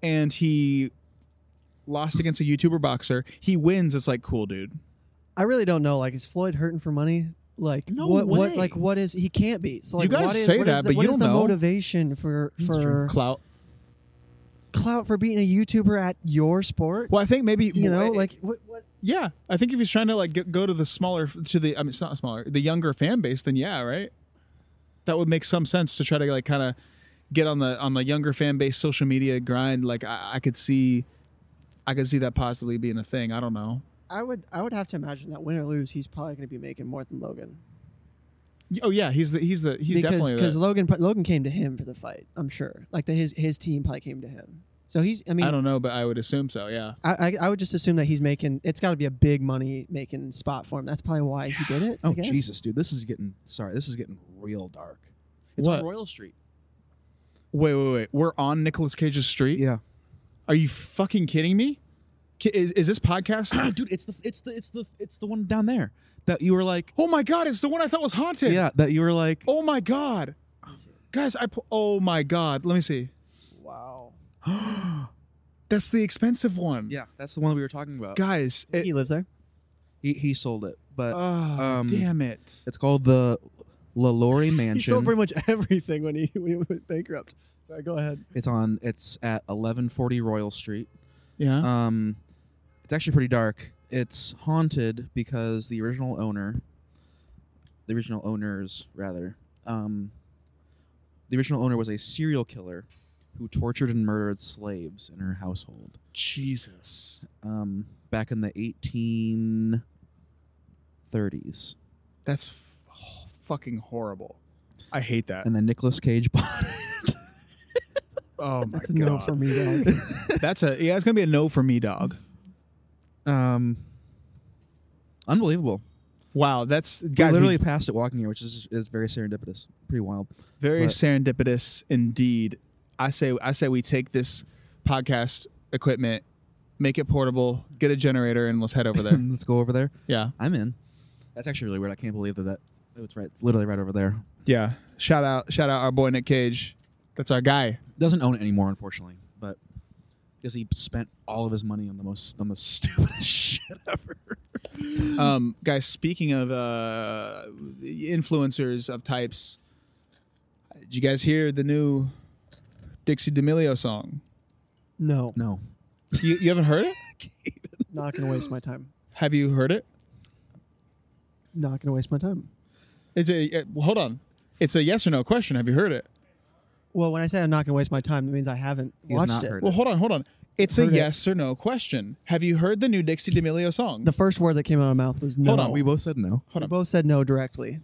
S2: and he lost against a YouTuber boxer. He wins. It's like cool, dude.
S4: I really don't know. Like, is Floyd hurting for money? Like,
S3: No
S4: what,
S3: way.
S4: what? Like, what is he can't be? So,
S2: You
S4: like,
S2: guys
S4: what is,
S2: say
S4: what is
S2: that,
S4: the,
S2: but
S4: what
S2: you
S4: is
S2: don't
S4: the
S2: know.
S4: motivation for for
S2: Clout.
S4: clout for beating a YouTuber at your sport?
S2: Well, I think maybe
S4: you know, like what, what?
S2: yeah, I think if he's trying to like get, go to the smaller to the I mean it's not smaller the younger fan base, then yeah, right. That would make some sense to try to like kind of get on the on the younger fan base social media grind. Like I, I could see, I could see that possibly being a thing. I don't know.
S4: I would I would have to imagine that win or lose, he's probably going to be making more than Logan.
S2: Oh yeah, he's the he's the he's
S4: because
S2: definitely
S4: because
S2: the,
S4: Logan Logan came to him for the fight. I'm sure, like the, his his team probably came to him. So he's I mean
S2: I don't know, but I would assume so. Yeah.
S4: I, I, I would just assume that he's making. It's got to be a big money making spot for him. That's probably why he did it. I
S3: Oh
S4: guess.
S3: Jesus, dude, this is getting sorry. This is getting real dark. It's
S2: What?
S3: on Royal Street.
S2: Wait, wait, wait. We're on Nicolas Cage's street.
S3: Yeah,
S2: Are you fucking kidding me? Ki- Is is this
S3: *coughs*
S2: podcast?
S3: Oh, dude, it's the it's the it's the it's the one down there that you were like.
S2: oh my god! It's the one I thought was haunted.
S3: Yeah, that you were like.
S2: Oh my god, guys! I pu- oh my god. Let me see.
S4: Wow.
S2: That's the expensive one.
S3: Yeah, that's the one we were talking about.
S2: Guys. It,
S4: He lives there.
S3: He he sold it, but
S4: Uh.
S2: Ah,
S3: um,
S2: damn it.
S3: it's called the La Lori Mansion.
S4: *laughs* He sold pretty much everything when he when he went bankrupt. Sorry, go ahead.
S3: It's on. It's at 1140 Royal Street.
S2: Yeah.
S3: Um, it's actually pretty dark. It's haunted because the original owner, the original owners rather, um, the original owner was a serial killer who tortured and murdered slaves in her household.
S2: Jesus.
S3: Um, back in the 1830s.
S2: That's f- oh, fucking horrible. I hate that.
S3: And then Nicolas Cage *laughs* bought it.
S2: Oh my
S4: That's a
S2: god.
S4: no for me, dog.
S2: *laughs* That's a yeah. It's gonna be a no for me, dog.
S3: Um, unbelievable.
S2: Wow. That's
S3: We
S2: guys. we-
S3: literally passed it walking here, which is, is very serendipitous. Pretty wild.
S2: Very
S3: But-
S2: serendipitous indeed. I say I say we take this podcast equipment, make it portable, get a generator, and let's head over
S3: *laughs*
S2: there.
S3: Let's go over there.
S2: yeah,
S3: I'm in. That's actually really weird. I can't believe that that it's right. It's literally right over there.
S2: yeah. Shout out, shout out our boy Nick Cage. That's our guy.
S3: Doesn't own it anymore, unfortunately, but because he spent all of his money on the most on the *laughs* stupidest shit ever.
S4: Mm-hmm.
S2: Um, guys, speaking of uh, influencers of types, did you guys hear the new Dixie D'Amelio song?
S4: No,
S3: No,
S2: You, you haven't
S4: *laughs*
S2: heard it?
S4: not gonna waste my time.
S2: Have you heard it?
S4: Not gonna waste my time.
S2: It's a uh, hold on. It's a yes or no question. Have you heard it?
S4: Well, when I say I'm not gonna waste my time, that means I haven't
S3: He's
S4: watched
S3: not
S4: it.
S3: heard
S2: Well, hold on, hold on. It's a
S4: Heard it.
S2: yes or no question. Have you heard the new Dixie D'Amelio song?
S4: The first word that came out of my mouth was no.
S2: Hold on,
S3: we both said no.
S2: hold
S4: We
S2: on.
S4: both said no directly.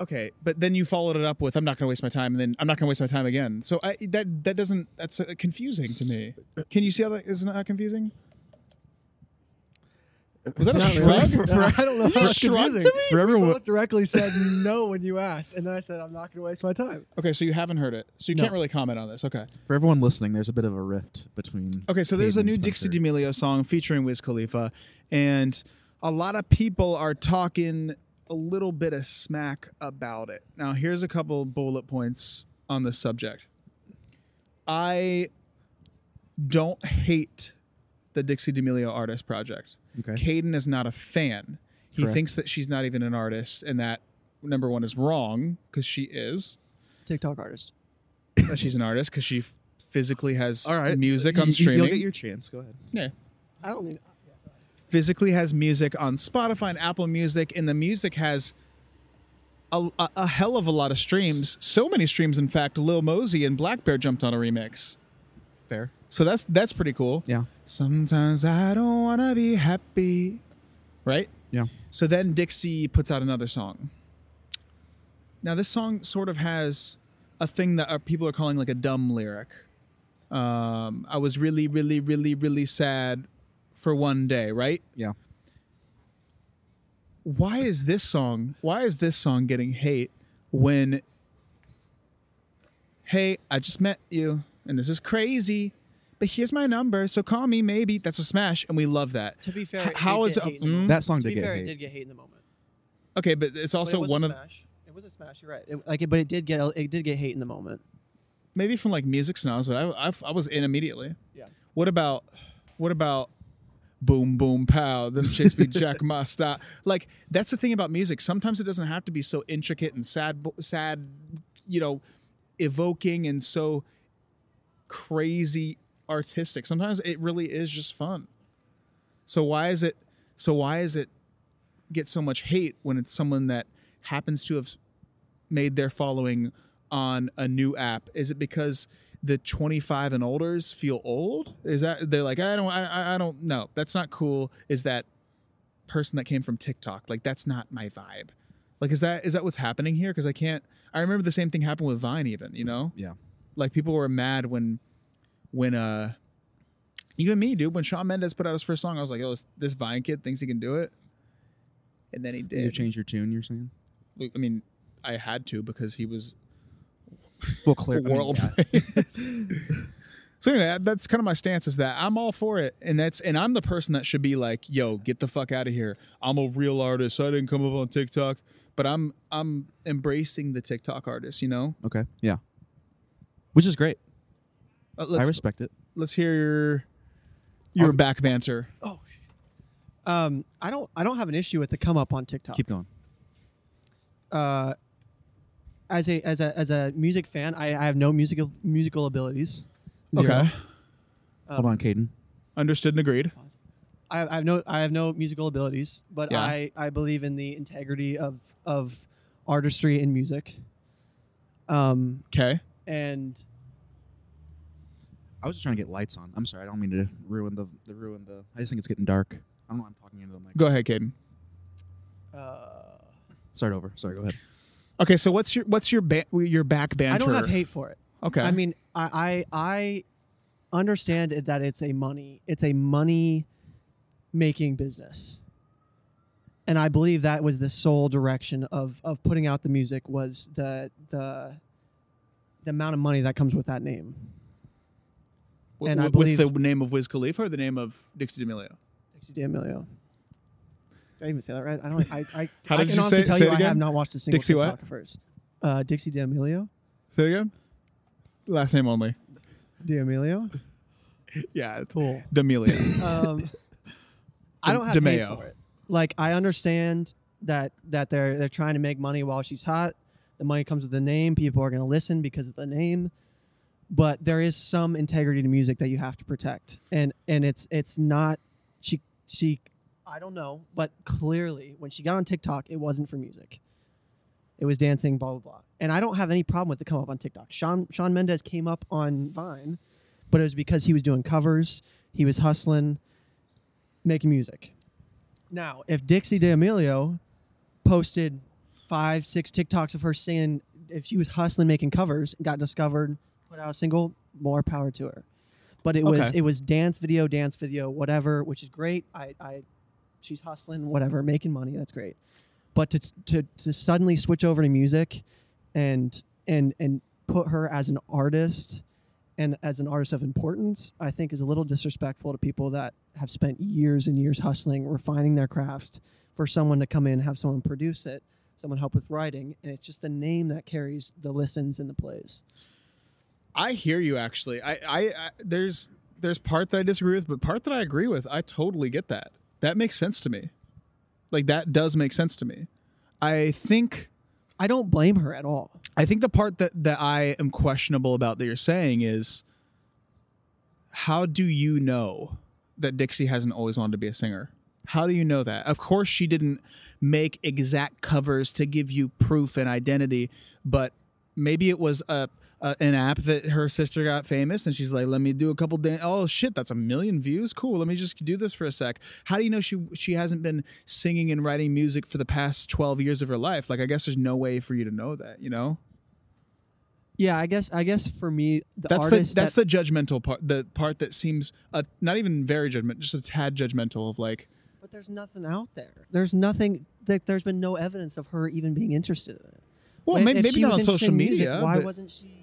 S2: okay, but then you followed it up with "I'm not going to waste my time," and then "I'm not going to waste my time again." So I, that that doesn't that's uh, confusing to me. Can you see how that isn't that confusing? Was that a
S4: Not
S2: shrug?
S4: really. *laughs* I don't know.
S2: You
S4: how it's
S2: shrugged to
S4: confusing.
S2: me?
S3: For
S4: We
S3: everyone-
S4: both directly said no when you asked, and then I said I'm not going to waste my time.
S2: Okay, so you haven't heard it, so you can't really comment on this. Okay.
S3: For everyone listening, there's a bit of a rift between.
S2: Okay, so there's
S3: Cade
S2: a
S3: and
S2: new
S3: Spencer.
S2: Dixie D'Amelio song featuring Wiz Khalifa, and a lot of people are talking a little bit of smack about it. Now, here's a couple bullet points on the subject. I don't hate the Dixie D'Amelio artist project.
S3: Okay.
S2: Caden is not a fan. He
S3: Correct.
S2: thinks that she's not even an artist, and that number one is wrong because she is.
S4: TikTok artist.
S2: That she's an artist because she f- physically has
S3: All right.
S2: music
S3: Y-
S2: on
S3: y-
S2: streaming.
S3: You'll get your chance. Go ahead.
S2: yeah.
S4: I don't mean.
S2: physically has music on Spotify and Apple Music, and the music has a, a, a hell of a lot of streams. So many streams, in fact, Lil Mosey and Black Bear jumped on a remix.
S3: Fair.
S2: So that's that's pretty cool.
S3: Yeah.
S2: Sometimes I don't wanna be happy, right?
S3: Yeah.
S2: So then Dixie puts out another song. Now this song sort of has a thing that uh, people are calling like a dumb lyric. Um, I was really, really, really, really sad for one day, right?
S3: Yeah.
S2: Mm-hmm. why is this song why is this song getting hate when hey i just met you and this is crazy but here's my number so call me maybe that's a smash and we love that
S4: To be fair,
S2: H-
S4: it
S2: how
S4: did
S2: is
S4: get
S2: it
S4: hate in the
S2: mm,
S3: That song
S4: to
S3: did
S4: be
S3: get
S4: fair,
S3: hate.
S4: it did get hate in the moment.
S2: okay but it's
S4: But
S2: also
S4: it was
S2: one
S4: a
S2: of
S4: smash. It was a smash. You're right. It, like, it- but it did get it did get hate in the moment.
S2: maybe from like music snobs but I, I, I was in immediately
S4: Yeah.
S2: what about what about boom boom pow them chicks be jack my *laughs* style like that's the thing about music sometimes it doesn't have to be so intricate and sad sad you know evoking and so crazy artistic. Sometimes it really is just fun. So why is it so why is it get so much hate when it's someone that happens to have made their following on a new app? Is it because the 25 and olders feel old? Is that they're like I don't I, I- I don't know. That's not cool. Is that person that came from TikTok? Like that's not my vibe. Like is that is that what's happening here? Because I can't. I remember the same thing happened with Vine. Even you know
S3: Yeah.
S2: like people were mad when when uh even me dude when Shawn Mendes put out his first song I was like oh this, this Vine kid thinks he can do it and then he
S3: You
S2: did
S3: change your tune. You're
S2: *laughs*
S3: saying?
S2: Look, I mean I had to because he was
S3: Well, clear. I mean,
S2: world
S3: yeah. *laughs*
S2: so anyway that- that's kind of my stance is that I'm all for it and that's and I'm the person that should be like yo get the fuck out of here I'm a real artist I didn't come up on TikTok but I'm I'm embracing the TikTok artist you know
S3: Okay. Yeah. Which is great.
S2: Uh,
S3: I
S2: let's
S3: respect it.
S2: let's hear your your back banter
S4: Oh, shit. Um, I don't. I don't have an issue with the come up on TikTok.
S3: Keep going.
S4: uh, as a as a as a music fan, I, I have no musical musical abilities. Zero.
S2: okay
S3: Hold
S2: Um,
S3: on, Caden.
S2: Understood and agreed.
S4: I, I have no I have no musical abilities, but
S2: Yeah.
S4: I, I believe in the integrity of of artistry in music. Um,
S2: Okay.
S4: and
S3: I was just trying to get lights on. I'm sorry. I don't mean to ruin the, the ruin the. I just think it's getting dark. I don't know. why I'm talking into the mic.
S2: Go ahead, Caden.
S4: uh,
S3: Start over. Sorry. Go ahead.
S2: Okay, so what's your what's your ba- your back banter?
S4: I don't have hate for it.
S2: Okay.
S4: I mean, I, I I understand it that it's a money it's a money making business, and I believe that was the sole direction of of putting out the music was the the the amount of money that comes with that name.
S2: W-
S4: and I
S2: w- with
S4: believe-
S2: the name of Wiz Khalifa or the name of Dixie D'Amelio.
S4: Dixie D'Amelio. E Did I even say that right? I don't. I I,
S2: How
S4: I
S2: did
S4: can
S2: you
S4: honestly
S2: say-
S4: tell
S2: say
S4: you
S2: it
S4: I have
S2: again?
S4: not watched a single
S2: Dixie what?
S4: TikTok of hers. Uh, Dixie D'Amelio.
S2: Say it again. Last name only.
S4: D'Amelio.
S2: *laughs* Yeah, it's
S4: Cool. *laughs*
S2: D'Amelio.
S4: um, I don't have hate
S2: DeMeo.
S4: for it. Like I understand that that they're they're trying to make money while she's hot. The money comes with the name. People are going to listen because of the name. But there is some integrity to music that you have to protect, and and it's it's not she she I don't know, but clearly when she got on TikTok, it wasn't for music. It was dancing, blah blah blah. And I don't have any problem with the come up on TikTok. Sean Sean Mendez came up on Vine, but it was because he was doing covers, he was hustling, making music. Now, if Dixie D'Amelio posted five, six TikToks of her singing, if she was hustling, making covers, got discovered, put out a single, more power to her. But it was
S2: Okay.
S4: it was dance video, dance video, whatever, which is great. I, I she's hustling, whatever, making money. That's great. But to to to suddenly switch over to music, and and and put her as an artist and as an artist of importance, I think is a little disrespectful to people that have spent years and years hustling, refining their craft for someone to come in, have someone produce it, someone help with writing, and it's just the name that carries the listens and the plays.
S2: I hear you actually. I, I I there's there's part that I disagree with, but part that I agree with. I totally get that. That makes sense to me. Like that does make sense to me. I think
S4: I don't blame her at all.
S2: I think the part that that I am questionable about that you're saying is how do you know that Dixie hasn't always wanted to be a singer? How do you know that? Of course she didn't make exact covers to give you proof and identity, but maybe it was a, a an app that her sister got famous and she's like, "Let me do a couple dan- oh shit, that's a million views. Cool. Let me just do this for a sec." How do you know she she hasn't been singing and writing music for the past 12 years of her life? Like I guess there's no way for you to know that, you know?
S4: Yeah, I guess I guess for me, the
S2: that's the
S4: artist
S2: that's
S4: that,
S2: the judgmental part the part that seems uh, not even very judgmental just a tad judgmental of like
S4: but there's nothing out there. There's nothing. That there's been no evidence of her even being interested in it.
S2: well
S4: If-
S2: may-
S4: if
S2: maybe
S4: she
S2: not
S4: was
S2: on
S4: interested
S2: social
S4: in music,
S2: media
S4: Why
S2: but
S4: wasn't she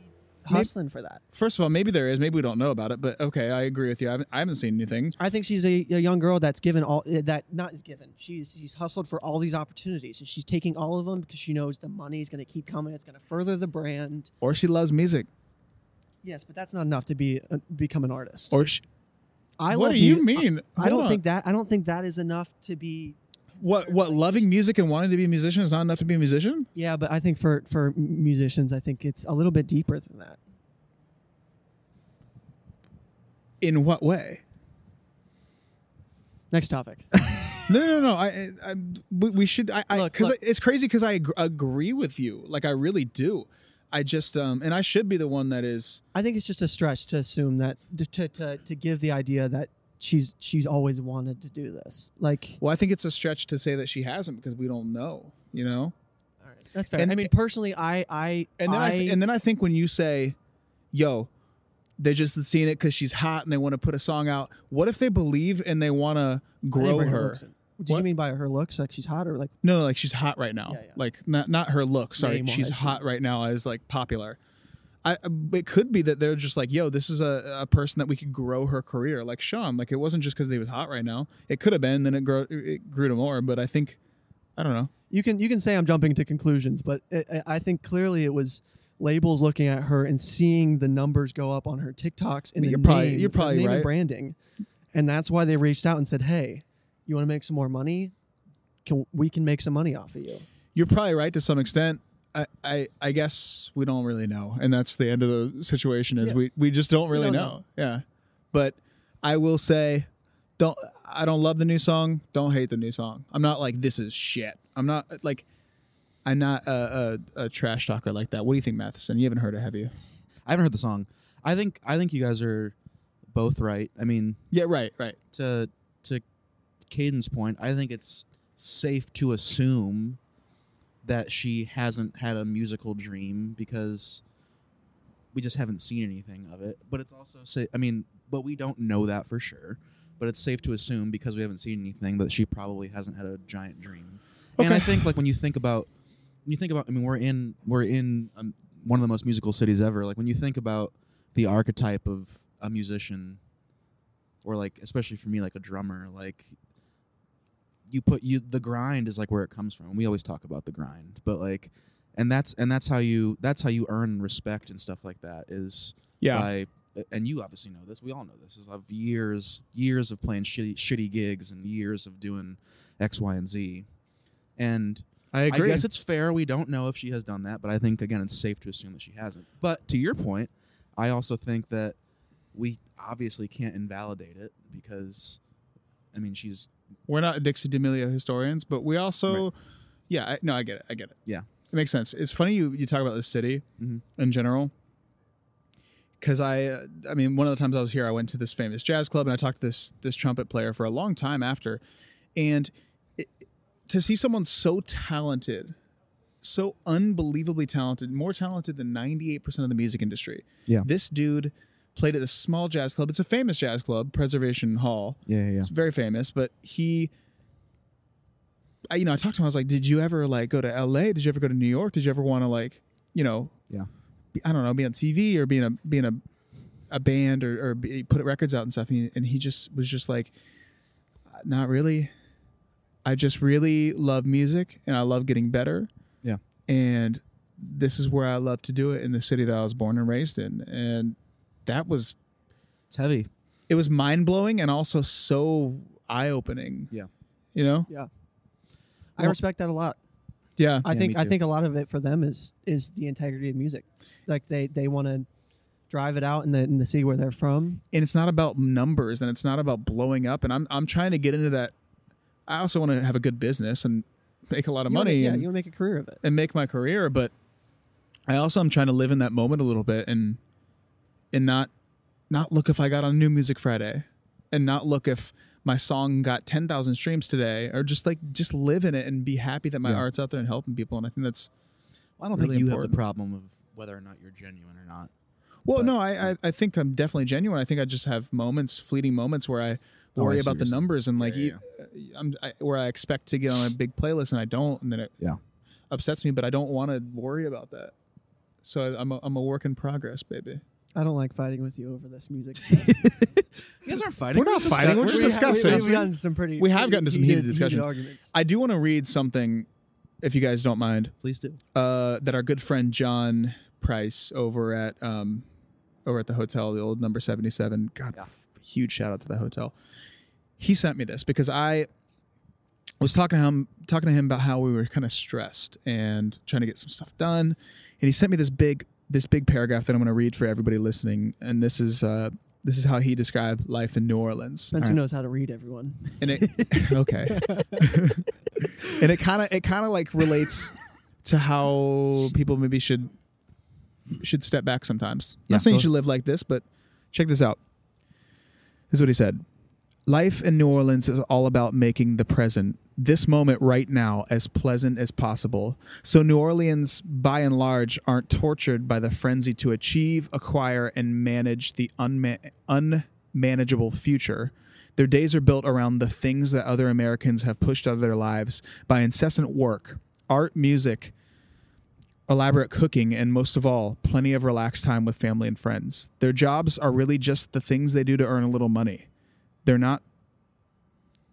S4: hustling for that?
S2: first of all maybe there is maybe we don't know about it but okay i agree with you i haven't, I haven't seen anything
S4: I think she's a, a young girl that's given all eh, that not is given. She's she's hustled for all these opportunities, and she's taking all of them because she knows the money is going to keep coming. It's going to further the brand.
S2: or she loves music
S4: Yes, but that's not enough to be uh, become an artist.
S2: or she,
S4: I
S2: what
S4: love
S2: do you
S4: mu-
S2: mean
S4: I,
S2: Hold
S4: don't
S2: on.
S4: think that I don't think that is enough to be.
S2: what what loving music and wanting to be a musician is not enough to be a musician
S4: Yeah, but I think for for musicians, I think it's a little bit deeper than that.
S2: In what way?
S4: Next topic. *laughs*
S2: No, no, no. I, I, I we we should. I, I
S4: Look,
S2: because
S4: look.
S2: it's crazy because I ag- agree with you. Like I really do. I just um, and I should be the one that is.
S4: I think it's just a stretch to assume that to, to, to, to give the idea that she's she's always wanted to do this. Like
S2: Well, I think it's a stretch to say that she hasn't because we don't know. You know.
S4: that's fair.
S2: And-
S4: I mean, personally, I I
S2: And then I,
S4: I,
S2: th- and then I think when you say, "Yo," they're just seeing it because she's hot and they want to put a song out. What if they believe and they want to
S4: I didn't
S2: grow
S4: bring
S2: her?
S4: looks in. Did
S2: What?
S4: you mean by her looks? Like she's hot or like
S2: No, no, like she's hot right now.
S4: Yeah, yeah.
S2: Like not not her look. Sorry,
S4: Name-wise,
S2: she's
S4: yeah.
S2: hot right now as like popular. I it could be that they're just like, yo, this is a, a person that we could grow her career. Like Sean, like it wasn't just because he was hot right now. It could have been. Then it grew it grew to more. But I think I don't know.
S4: you can you can say I'm jumping to conclusions, but i I- I think clearly it was labels looking at her and seeing the numbers go up on her TikToks and
S2: You're
S4: the
S2: probably-
S4: name,
S2: you're
S4: the
S2: probably
S4: name and
S2: right.
S4: branding, and that's why they reached out and said, "Hey, you want to make some more money? Can we can make some money off of you?"
S2: You're probably right to some extent. I, I, I guess we don't really know, and that's the end of the situation. Is
S4: Yeah.
S2: we, we just don't really
S4: don't
S2: know. Yeah, but I will say, don't I don't love the new song. Don't hate the new song. I'm not like this is shit. I'm not like I'm not a, a, a trash talker like that. What do you think, Matheson? You haven't heard it, have you?
S3: I haven't heard the song. I think I think you guys are both right. I mean,
S2: Yeah, right, right.
S3: to to Caden's point, I think it's safe to assume that she hasn't had a musical dream because we just haven't seen anything of it. But it's also sa- I mean, but we don't know that for sure. But it's safe to assume because we haven't seen anything that she probably hasn't had a giant dream. And I
S2: Okay.
S3: think like when you think about when you think about I mean we're in we're in um, one of the most musical cities ever. Like when you think about the archetype of a musician or like especially for me like a drummer like you put you the grind is like where it comes from. We always talk about the grind, but like and that's and that's how you that's how you earn respect and stuff like that is by and you obviously know this. We all know this. Is of years years of playing shitty shitty gigs and years of doing X, Y, and Z. And
S2: I
S3: I
S2: agree.
S3: guess it's fair. We don't know if she has done that, but I think again it's safe to assume that she hasn't. But to your point, I also think that we obviously can't invalidate it because I mean she's
S2: We're not Dixie D'Amelio historians, but we also, yeah, I, no, I get it. I get it.
S3: Yeah.
S2: It makes sense. It's funny you, you talk about this city
S3: Mhm.
S2: in general. Because I, uh, I mean, one of the times I was here, I went to this famous jazz club and I talked to this this trumpet player for a long time after, and it, to see someone so talented, so unbelievably talented, more talented than ninety eight percent of the music industry.
S3: Yeah.
S2: This dude played at this small jazz club. It's a famous jazz club, Preservation Hall.
S3: yeah yeah.
S2: It's very famous, but he I, you know, I talked to him. I was like, "Did you ever like go to L.A.? Did you ever go to New York? Did you ever want to like, you know,
S3: Yeah.
S2: be, I don't know, be on TV or being a being a a band or, or be, put records out and stuff?" And he, and he just was just like, "Not really. I just really love music and I love getting better.
S3: Yeah.
S2: and this is where I love to do it in the city that I was born and raised in, and that was
S3: It's heavy.
S2: it was mind blowing and also so eye opening.
S3: Yeah.
S2: You know?
S4: I
S3: Well-
S4: respect that a lot.
S2: Yeah.
S4: I
S3: Yeah,
S4: think
S3: me
S4: I
S3: too.
S4: think a lot of it for them is is the integrity of music. Like they they want to drive it out in the in the city where they're from.
S2: and it's not about numbers and it's not about blowing up and I'm I'm trying to get into that I also want to have a good business and make a lot of
S4: You wanna-
S2: money
S4: yeah,
S2: and,
S4: you want to make a career of it.
S2: and make my career but I also am trying to live in that moment a little bit and and not not look if I got on new music Friday and not look if my song got 10,000 streams today or just like just live in it and be happy that my
S3: Yeah.
S2: art's out there and helping people and I think that's
S3: I don't
S2: Really
S3: think you have
S2: important.
S3: the problem of whether or not you're genuine or not.
S2: Well,
S3: But-
S2: no, I, I I think I'm definitely genuine. I think I just have moments, fleeting moments where I
S3: Oh, I
S2: worry
S3: see
S2: about
S3: what
S2: the
S3: you're saying.
S2: numbers and like
S3: Yeah,
S2: you- uh, I'm I, where I expect to get on a big playlist and I don't, and then it
S3: Yeah.
S2: upsets me. But I don't want to worry about that. So I, I'm a, I'm a work in progress, baby.
S4: I don't like fighting with you over
S2: *laughs*
S4: this music. stuff.
S3: You guys aren't fighting.
S2: We're not
S3: discuss-
S2: fighting, we're just
S4: We- we-
S2: discussing.
S4: We've gotten some pretty.
S2: We have gotten to some heated discussions.
S4: arguments.
S2: I do want to read something, if you guys don't mind,
S3: Please do.
S2: uh, that our good friend John Price over at um, over at the hotel, the old number seventy seven. God, f- huge shout out to the hotel. He sent me this because I was talking to him talking to him about how we were kind of stressed and trying to get some stuff done, and he sent me this big this big paragraph that I'm going to read for everybody listening. And this is uh, This is how he described life in New Orleans.
S4: Spencer
S3: Alright.
S4: knows how to read everyone.
S2: and it *laughs*
S3: *laughs*
S2: okay and it kind of it kind of like relates to how people maybe should should step back sometimes
S3: Yeah,
S2: not saying you
S3: go-
S2: should live like this but check this out this is what he said life in new orleans is all about making the present this moment right now as pleasant as possible so new orleans by and large aren't tortured by the frenzy to achieve acquire and manage the unma- unmanageable future their days are built around the things that other Americans have pushed out of their lives by incessant work, art, music, elaborate cooking, and most of all, plenty of relaxed time with family and friends. Their jobs are really just the things they do to earn a little money. They're not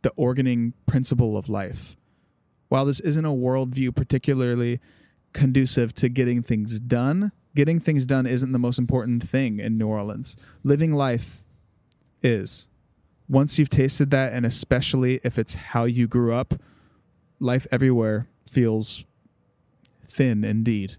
S2: the organing principle of life. While this isn't a worldview particularly conducive to getting things done, getting things done isn't the most important thing in New Orleans. Living life is once you've tasted that and especially if it's how you grew up life everywhere feels thin indeed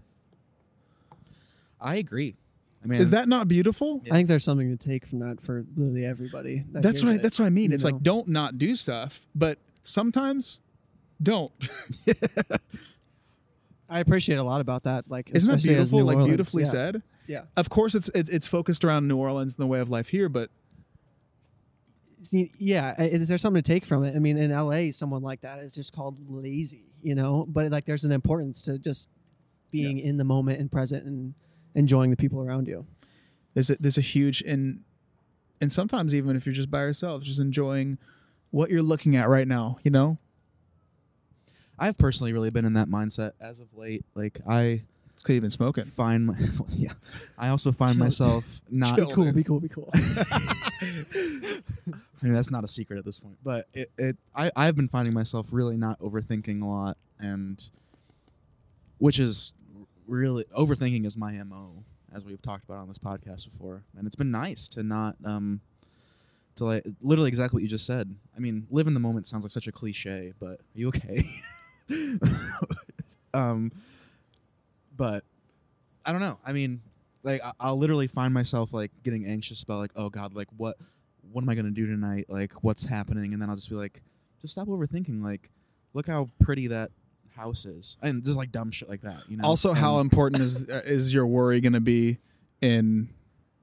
S3: I agree. I mean,
S2: is that not beautiful
S4: I think there's something to take from that for literally everybody. that
S2: that's
S4: hears
S2: what I,
S4: it,
S2: that's what i mean
S4: you
S2: it's
S4: know?
S2: like don't not do stuff but sometimes don't
S4: I appreciate a lot about that. Like,
S2: isn't that
S4: especially as
S2: beautiful
S4: New
S2: like
S4: Orleans.
S2: beautifully
S4: Yeah.
S2: said
S4: Yeah.
S2: of course it's, it's it's focused around new orleans and the way of life here but
S4: See, yeah i- is there something to take from it i mean in la someone like that is just called lazy you know but like there's an importance to just being in the moment and present and enjoying the people around you
S2: there's a, there's a huge and and sometimes even if you're just by yourself just enjoying what you're looking at right now you know
S3: I've personally really been in that mindset as of late. Like I
S2: could even smoking
S3: find, my, *laughs* yeah, I also find
S4: Chill.
S3: myself not
S4: be cool be cool be cool
S3: I mean, that's not a secret at this point, but it, it I, I've been finding myself really not overthinking a lot, and which is really overthinking is my mo, as we've talked about on this podcast before, and it's been nice to not um to like literally exactly what you just said. I mean, live in the moment sounds like such a cliche, but are you okay? *laughs* um, but I don't know. I mean, like I- I'll literally find myself like getting anxious about like, oh God, like what what am I gonna do tonight? Like, what's happening? And then I'll just be like, just stop overthinking. Like, look how pretty that house is, and just like dumb shit like that. You know.
S2: also how
S3: And-
S2: important is uh, is your worry going to be in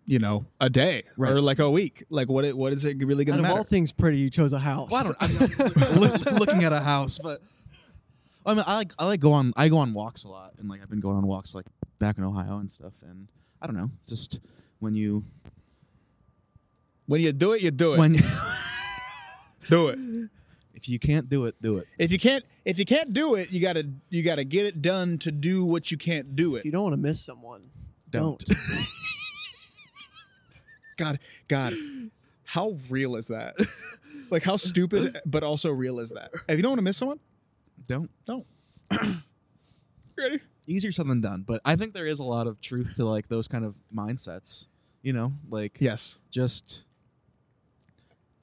S2: you know a day
S3: Right.
S2: or like a week like what it, what is it really going
S4: out
S2: to
S4: of
S2: matter
S4: all things pretty you chose a house
S3: Well, I don't, I'm look, looking at a house, but I mean, I like I like go on I go on walks a lot, and like I've been going on walks like back in Ohio and stuff, and I don't know, it's just when you
S2: when you do it you do it
S3: when *laughs*
S2: do it
S3: if you can't do it, do it.
S2: if you can't if you can't do it you got to you got to get it done to do what you can't do it
S4: if you don't want to miss someone
S3: Don't.
S2: god god how real is that like how stupid but also real is that if you don't want to miss someone
S3: don't.
S2: don't *clears throat* You ready
S3: Easier said than done, but I think there is a lot of truth to like those kind of mindsets. You know, like
S2: yes
S3: just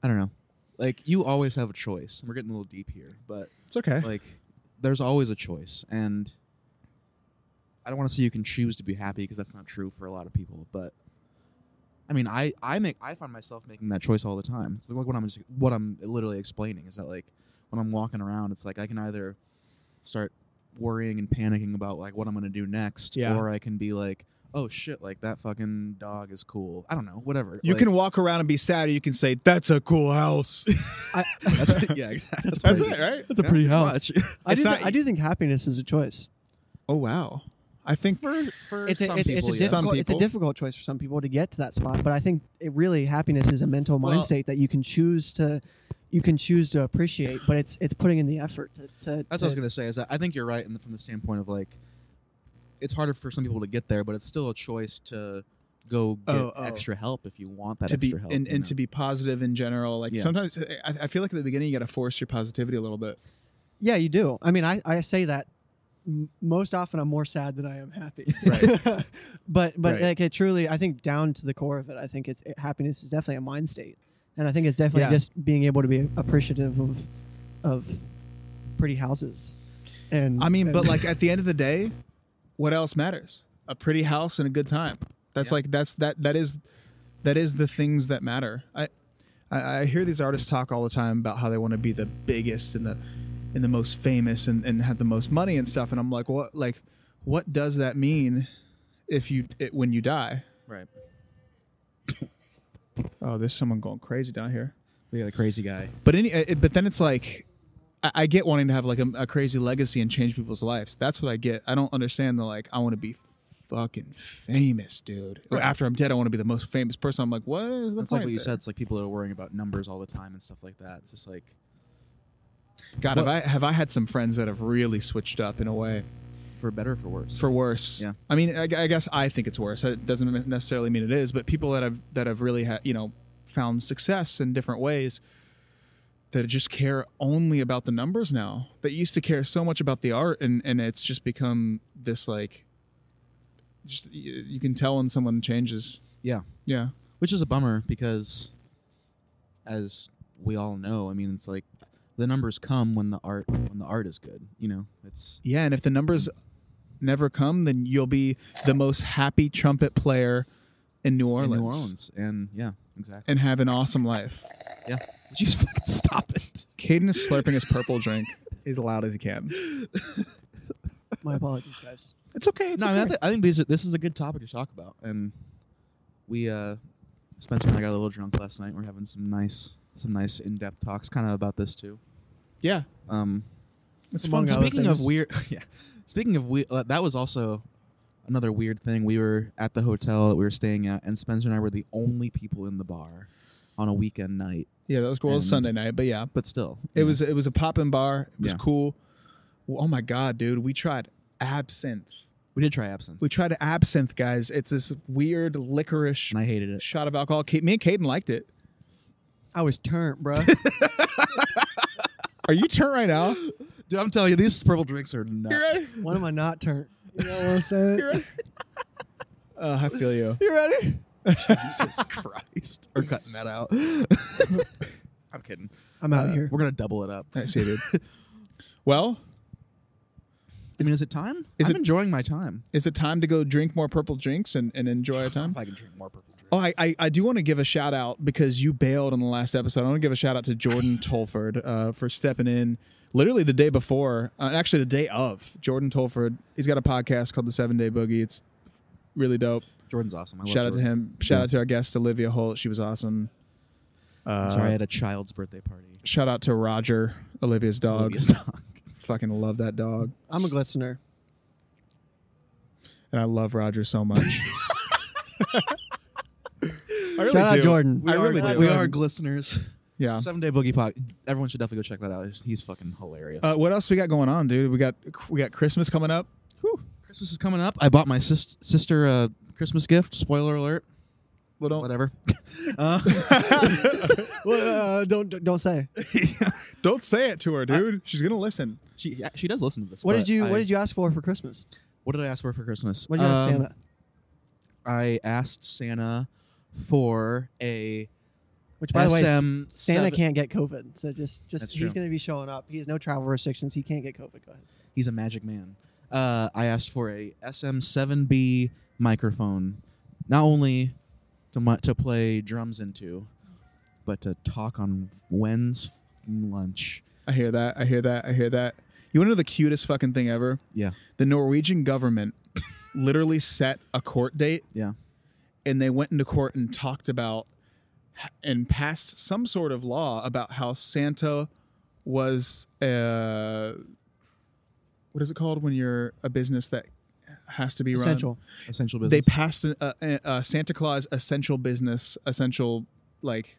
S3: I don't know. Like you always have a choice. We're getting a little deep here, but
S2: it's okay
S3: like there's always a choice and I don't want to say you can choose to be happy because that's not true for a lot of people, but I mean, I I make I find myself making that choice all the time. It's like what I'm just, what I'm literally explaining is that like when I'm walking around, it's like I can either start worrying and panicking about like what I'm going to do next
S2: Yeah.
S3: or I can be like, "Oh shit, like that fucking dog is cool." I don't know, whatever.
S2: you
S3: Like,
S2: can walk around and be sad or you can say that's a cool house
S3: *laughs*
S2: *laughs*
S3: That's, yeah, *laughs* exactly. That's,
S2: that's
S3: pretty
S2: it right
S4: *laughs* that's a pretty house
S3: much.
S4: I,
S2: It's
S4: do
S2: not-
S4: thi- I do think happiness is a choice
S2: Oh wow! I think
S3: for for
S4: it's a,
S3: some
S4: it's,
S3: people,
S4: it's, a
S3: yes.
S2: Some
S4: difficult, it's a
S2: people.
S4: difficult choice for some people to get to that spot but i think it really happiness is a mental mind
S3: Well-
S4: state that you can choose to you can choose to appreciate but it's it's putting in the effort to, to
S3: That's
S4: to,
S3: what I was gonna say. Is that I think you're right in the, from the standpoint of like, it's harder for some people to get there, but it's still a choice to go get
S2: Oh, oh.
S3: extra help if you want that
S2: to be
S3: extra help.
S2: and,
S3: you
S2: and
S3: know?
S2: to be positive in general. Like
S3: Yeah.
S2: sometimes I, I feel like at the beginning you got to force your positivity a little bit.
S4: Yeah, you do. I mean, I, I say that m- most often I'm more sad than I am happy.
S2: Right.
S4: *laughs* but but
S2: Right.
S4: like it truly, I think down to the core of it, I think it's it, happiness is definitely a mind state, and I think it's definitely
S2: Yeah.
S4: just being able to be appreciative of of pretty houses. And
S2: I mean,
S4: and-
S2: but like at the end of the day, what else matters? A pretty house and a good time. That's
S3: Yeah.
S2: like that's that that is that is the things that matter. I, I, I hear these artists talk all the time about how they want to be the biggest and the and the most famous and, and have the most money and stuff. And I'm like, what like what does that mean if you it, when you die?
S3: Right.
S2: Oh, there's someone going crazy down here.
S3: We got a crazy guy.
S2: But any, uh, it, but then it's like, I, I get wanting to have like a, a crazy legacy and change people's lives. That's what I get. I don't understand the like. I want to be fucking famous, dude. Or After I'm dead, I want to be the most famous person. I'm like, what is the point?
S3: That's like what you
S2: there?
S3: said. It's like people that are worrying about numbers all the time and stuff like that. It's just like
S2: God, have I have I had some friends that have really switched up in a way
S3: for better or for worse.
S2: for worse.
S3: Yeah.
S2: I mean, I, I guess I think it's worse. It doesn't necessarily mean it is, but people that have that have really had you know found success in different ways that just care only about the numbers now. That used to care so much about the art, and and it's just become this like. Just you, you can tell when someone changes.
S3: yeah,
S2: Yeah.
S3: which is a bummer because, as we all know, I mean, it's like the numbers come when the art when the art is good. You know, it's
S2: Yeah, and if the numbers never come, then you'll be the most happy trumpet player in New Orleans.
S3: in New Orleans, and yeah, exactly.
S2: And have an awesome life.
S3: yeah, Would you *laughs* just fucking stop it?
S2: Caden is slurping his purple drink as loud as he can.
S4: My apologies, guys.
S2: It's okay. It's
S3: no, I,
S2: okay.
S3: mean, I, thi- I think these are, this is a good topic to talk about, and we uh, Spencer and I got a little drunk last night. We're having some nice some nice in depth talks, kind of about this too.
S2: yeah.
S3: Um,
S2: It's
S4: Among
S2: fun.
S4: other
S2: Speaking
S3: Speaking
S2: of
S3: of weird, *laughs* yeah. Speaking of weird, uh, that was also another weird thing. We were at the hotel that we were staying at, and Spencer and I were the only people in the bar on a weekend night.
S2: yeah, that was cool. It was
S3: And-
S2: Sunday night, but yeah,
S3: But still,
S2: it was it was a poppin' bar. It was
S3: Yeah.
S2: cool. Well, oh my god, dude, we tried absinthe.
S3: we did try absinthe,
S2: We tried absinthe, guys. It's this weird licorice
S3: and I hated it.
S2: shot of alcohol. Ca- Me and Caden liked it.
S4: I was turned, bro. *laughs*
S2: Are you turnt right now?
S3: Dude, I'm telling you, these purple drinks are nuts.
S2: right.
S4: when am I not turned? You know what I'm saying?
S2: Uh, I feel you.
S4: You ready?
S3: *laughs* Jesus Christ, we're cutting that out. *laughs* I'm kidding.
S4: I'm out of here.
S3: We're gonna double it up.
S2: I see, dude. Well,
S3: I mean, is it time?
S2: Is
S3: I'm
S2: it-
S3: enjoying my time.
S2: is it time to go drink more purple drinks and, and enjoy our time?
S3: If I can drink more purple drinks.
S2: Oh, I, I, I do want to give a shout out because you bailed on the last episode. I want to give a shout out to
S3: *laughs*
S2: Jordan Tolford uh, for stepping in literally the day before, uh, actually the day of. Jordan Tolford, he's got a podcast called The Seven Day Boogie. It's really dope.
S3: Jordan's awesome. I love
S2: shout out to
S3: Jordan.
S2: him. Shout out to our guest Olivia Holt. She was awesome. Uh,
S3: Sorry, I had a child's birthday party.
S2: Shout out to Roger, Olivia's dog.
S3: Obvious dog.
S2: Fucking love that dog,
S4: I'm a glistener.
S2: and I love Roger so
S3: *laughs*
S2: much. *laughs* I really
S4: Shout out
S2: do.
S4: Jordan.
S2: I really
S3: are,
S2: do.
S3: *laughs* We are glisteners.
S2: Yeah.
S3: Seven Day Boogie Pod. Everyone should definitely go check that out. He's, he's fucking hilarious.
S2: Uh, what else we got going on, dude? We got we got Christmas coming up.
S3: Christmas is coming up. I bought my sis- sister a Christmas gift. Spoiler alert.
S2: Well, don't
S3: Whatever. *laughs* uh,
S4: well, uh, don't don't say.
S2: don't say it to her, dude. She's gonna listen.
S3: she yeah, she does listen to this.
S4: What
S3: but
S4: did you
S3: I-
S4: What did you ask for for Christmas?
S3: What did I ask for for Christmas?
S4: What did you ask
S3: Um,
S4: Santa?
S3: I asked Santa for a.
S4: Which, by the way,
S3: SM7
S4: Santa can't get COVID, so just
S3: That's
S4: just
S3: true.
S4: he's going to be showing up. He has no travel restrictions. He can't get COVID. Go ahead.
S3: He's a magic man. Uh, I asked for a SM7B microphone, not only to mu- to play drums into, but to talk on Wen's fucking lunch.
S2: I hear that. I hear that. I hear that. You wanna know the cutest fucking thing ever?
S3: Yeah.
S2: The Norwegian government *laughs* literally set a court date,
S3: Yeah.
S2: and they went into court and talked about h- and passed some sort of law about how Santa was uh, what is it called when you're a business that has to be run?
S4: Essential.
S3: Essential business.
S2: they passed an, a, a, a Santa Claus essential business, essential like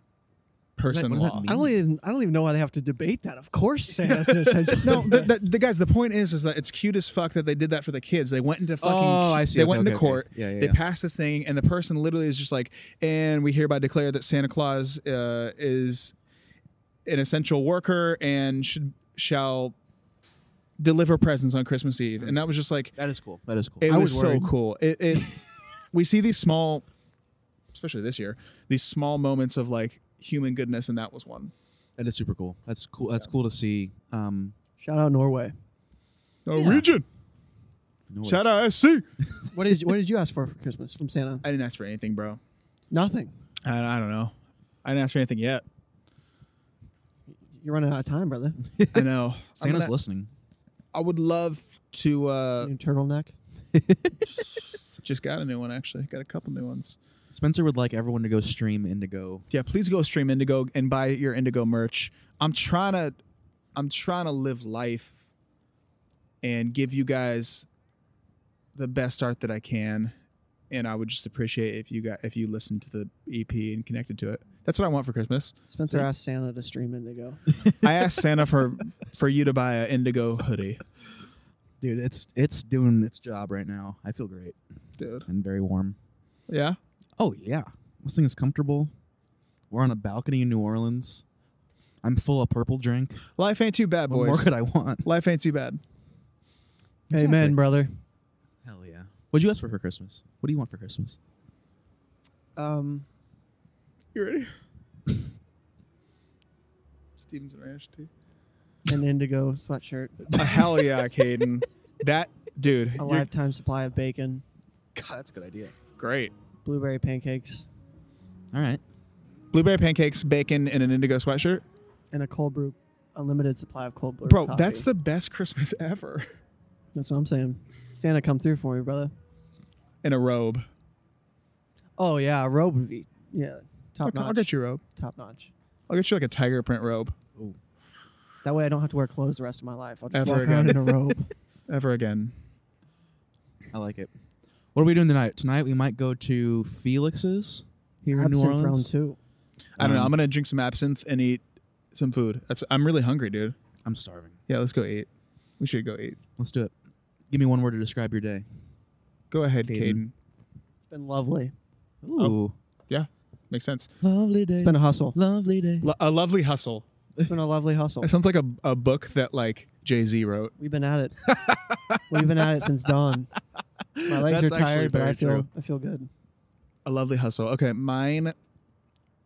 S2: person
S3: what does that
S2: law.
S3: mean?
S4: I don't even I don't even know why they have to debate that. Of course, *laughs* Santa's an essential.
S2: No, the, the, the guys. The point is, is that it's cute as fuck that they did that for the kids. They went into fucking.
S3: Oh, I see.
S2: They
S3: Okay,
S2: went
S3: okay,
S2: into
S3: okay.
S2: court.
S3: Yeah, yeah,
S2: They
S3: yeah.
S2: passed this thing, and the person literally is just like, and we hereby declare that Santa Claus uh, is an essential worker and should shall deliver presents on Christmas Eve. And that was just like,
S3: That is cool. That is cool.
S2: It
S4: I
S2: was,
S4: was worried.
S2: so cool. It,
S3: *laughs*
S2: it we see these small, especially this year, these small moments of like human goodness, and that was one.
S3: that is super cool. That's cool. That's cool to see. Um,
S4: *laughs* Shout out Norway.
S2: Norwegian.
S3: noise.
S2: Oh, Shout out SC.
S4: What did you, What did you ask for for Christmas from Santa?
S2: I didn't ask for anything, bro.
S4: Nothing.
S2: I, I don't know. I didn't ask for anything yet.
S4: You're running out of time, *laughs* brother.
S3: *laughs*
S2: I know. I'm
S3: Santa's
S2: gonna-
S3: listening.
S2: I would love to. Uh,
S4: New turtleneck.
S2: just got a new one actually. Got a couple new ones.
S3: Spencer would like everyone to go stream Indigo.
S2: Yeah, please go stream Indigo and buy your Indigo merch. I'm trying to, I'm trying to live life, and give you guys the best art that I can. And I would just appreciate if you got if you listened to the EP and connected to it. That's what I want for Christmas.
S4: Spencer asked Santa to stream Indigo.
S2: I asked Santa
S3: *laughs*
S2: for for you to buy an Indigo hoodie,
S3: Dude, it's it's doing its job right now. I feel great
S2: dude.
S3: and very warm.
S2: Yeah,
S3: Oh yeah, this thing is comfortable. We're on a balcony in New Orleans. I'm full of purple drink.
S2: life ain't too bad,
S3: What
S2: boys.
S3: more could I want?
S2: Life ain't too bad.
S3: Exactly.
S4: Amen, brother.
S3: Hell yeah. What'd you ask for for Christmas? What do you want for Christmas?
S4: Um,
S2: You ready? Stevenson Ranch tea.
S4: an Indigo sweatshirt,
S2: Uh, hell yeah, Caden. That dude,
S4: a
S2: you're
S4: lifetime supply of bacon,
S3: God, that's a good idea.
S2: great.
S4: blueberry pancakes,
S3: All right.
S2: Blueberry pancakes, bacon, and an indigo sweatshirt.
S4: and a cold brew, unlimited supply of cold brew.
S2: Bro,
S4: coffee.
S2: that's the best Christmas *laughs* ever.
S4: That's what I'm saying. Santa, come through for me, brother.
S2: In a robe.
S4: Oh yeah, a robe would be yeah, top
S2: I'll,
S4: notch.
S2: I'll get you a robe.
S4: Top notch.
S2: I'll get you like a tiger print robe.
S4: That way, I don't have to wear clothes the rest of my life. I'll just
S2: Ever
S4: walk around in a robe.
S2: Ever again.
S3: I like it. What are we doing tonight? Tonight we might go to Felix's *laughs* here in New
S4: Absinthe round
S3: Orleans.
S4: two.
S2: I don't know.
S3: Um,
S2: I'm gonna drink some absinthe and eat some food. That's I'm really hungry, dude.
S3: I'm starving.
S2: Yeah, let's go eat. We should go eat.
S3: Let's do it. Give me one word to describe your day.
S2: Go ahead,
S3: Caden.
S2: Caden.
S4: It's been lovely.
S3: Ooh.
S2: Yeah, makes sense.
S3: Oh. Lovely day.
S4: It's been a hustle.
S3: lovely day.
S2: Lo- a lovely hustle.
S4: It's been a
S3: *laughs*
S4: lovely hustle.
S2: That sounds like a, a book that like Jay Z wrote.
S4: We've
S3: *laughs*
S4: been at it. We've been at it since dawn. My legs
S3: That's
S4: are
S3: actually
S4: tired, but
S3: very
S4: I feel
S3: true.
S4: I
S3: *laughs*
S4: feel good.
S2: A lovely hustle. Okay, mine,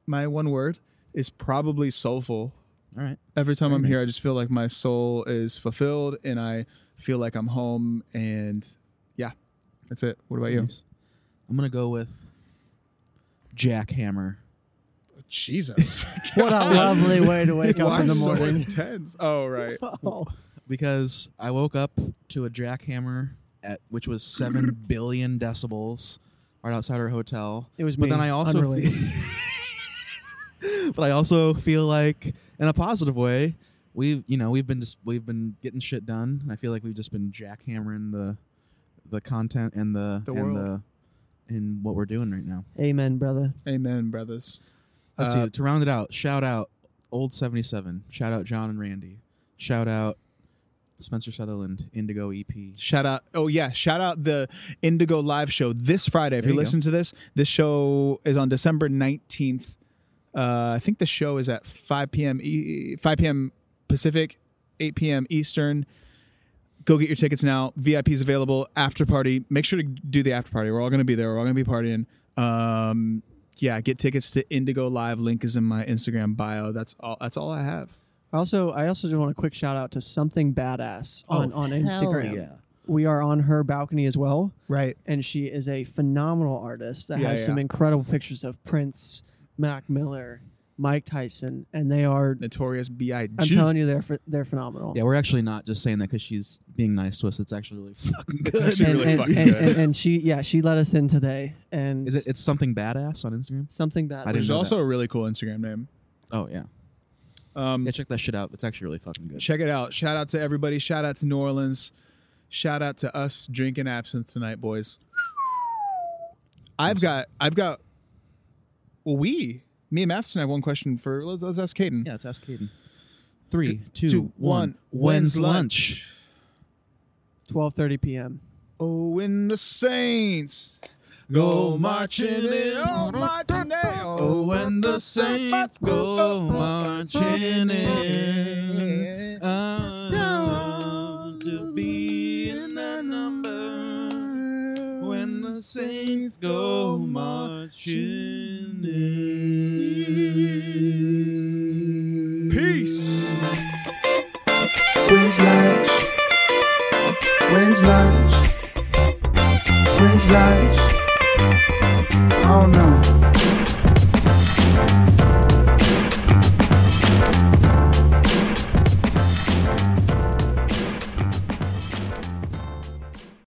S2: my one word is probably soulful.
S3: All right.
S2: Every time I'm here,
S3: nice.
S2: I just feel like my soul is fulfilled, and I feel like I'm home. And yeah, that's it. What about you?
S3: Nice. I'm gonna go with Jackhammer.
S2: Jesus, *laughs*
S4: What a *laughs* lovely way to wake up
S2: why
S4: in the
S2: so
S4: *laughs* morning.
S2: intense? Oh right,
S4: Oh,
S3: because I woke up to a jackhammer at which was seven billion decibels right outside our hotel.
S4: It was
S3: but then
S4: me,
S3: I also
S4: unrelated.
S3: feel, *laughs* but I also feel like in a positive way we've you know we've been just we've been getting shit done. and I feel like we've just been jackhammering the the content and the
S2: The
S3: and
S2: world.
S3: the and what we're doing right now.
S4: amen, brother.
S2: amen, brothers.
S3: Let's
S2: Uh,
S3: see. To round it out, shout out Old 77. Shout out John and Randy. Shout out Spencer Sutherland, Indigo E EP.
S2: Shout out! Oh yeah, shout out the Indigo Live show this Friday. If
S3: There
S2: you're
S3: you go.
S2: listening to this, this show is on December nineteenth. Uh, I think the show is at five p.m. E- five p.m. Pacific, eight p.m. Eastern. Go get your tickets now. VIPs available. After party. Make sure to do the after party. We're all going to be there. We're all going to be partying. Um, yeah, get tickets to Indigo Live. Link is in my Instagram bio. That's all. That's all I have.
S4: I Also, I also just want a quick shout out to something badass
S3: Oh,
S4: on on
S3: hell
S4: Instagram.
S3: yeah.
S4: We are on her balcony as well,
S2: Right.
S4: and she is a phenomenal artist that
S2: Yeah,
S4: has some
S2: yeah.
S4: incredible pictures of Prince, Mac Miller, Mike Tyson, and they are.
S2: Notorious B.I.G.
S4: I'm telling you, they're ph- they're phenomenal.
S3: Yeah, we're actually not just saying that because she's being nice to us. It's actually really *laughs* fucking good.
S2: actually
S4: and,
S2: really
S4: and,
S2: fucking
S4: and,
S2: good.
S4: and- and she yeah she let us in today and
S3: Is it? It's something badass on Instagram.
S4: something bad
S3: I didn't
S2: There's
S3: know
S2: also
S3: that.
S2: a really cool Instagram name.
S3: Oh yeah,
S2: Um,
S3: yeah. Check that shit out. It's actually really fucking good.
S2: check it out. Shout out to everybody. Shout out to New Orleans. Shout out to us drinking absinthe tonight, boys. I've got, I've got. Well, we, me and Matheson, have one question for. Let's, let's ask Caden.
S3: Yeah, let's ask Caden. Three, two, one.
S2: two, one.
S3: When's
S2: When's
S3: lunch?
S4: 12:30 p.m.
S2: Oh, when the Saints go marching in, oh, marching in.
S3: Oh, when the Saints go marching in, I want to be in that number. When the Saints go marching in.
S2: Peace.
S1: When's lunch? When's lunch? When's lunch? I don't know.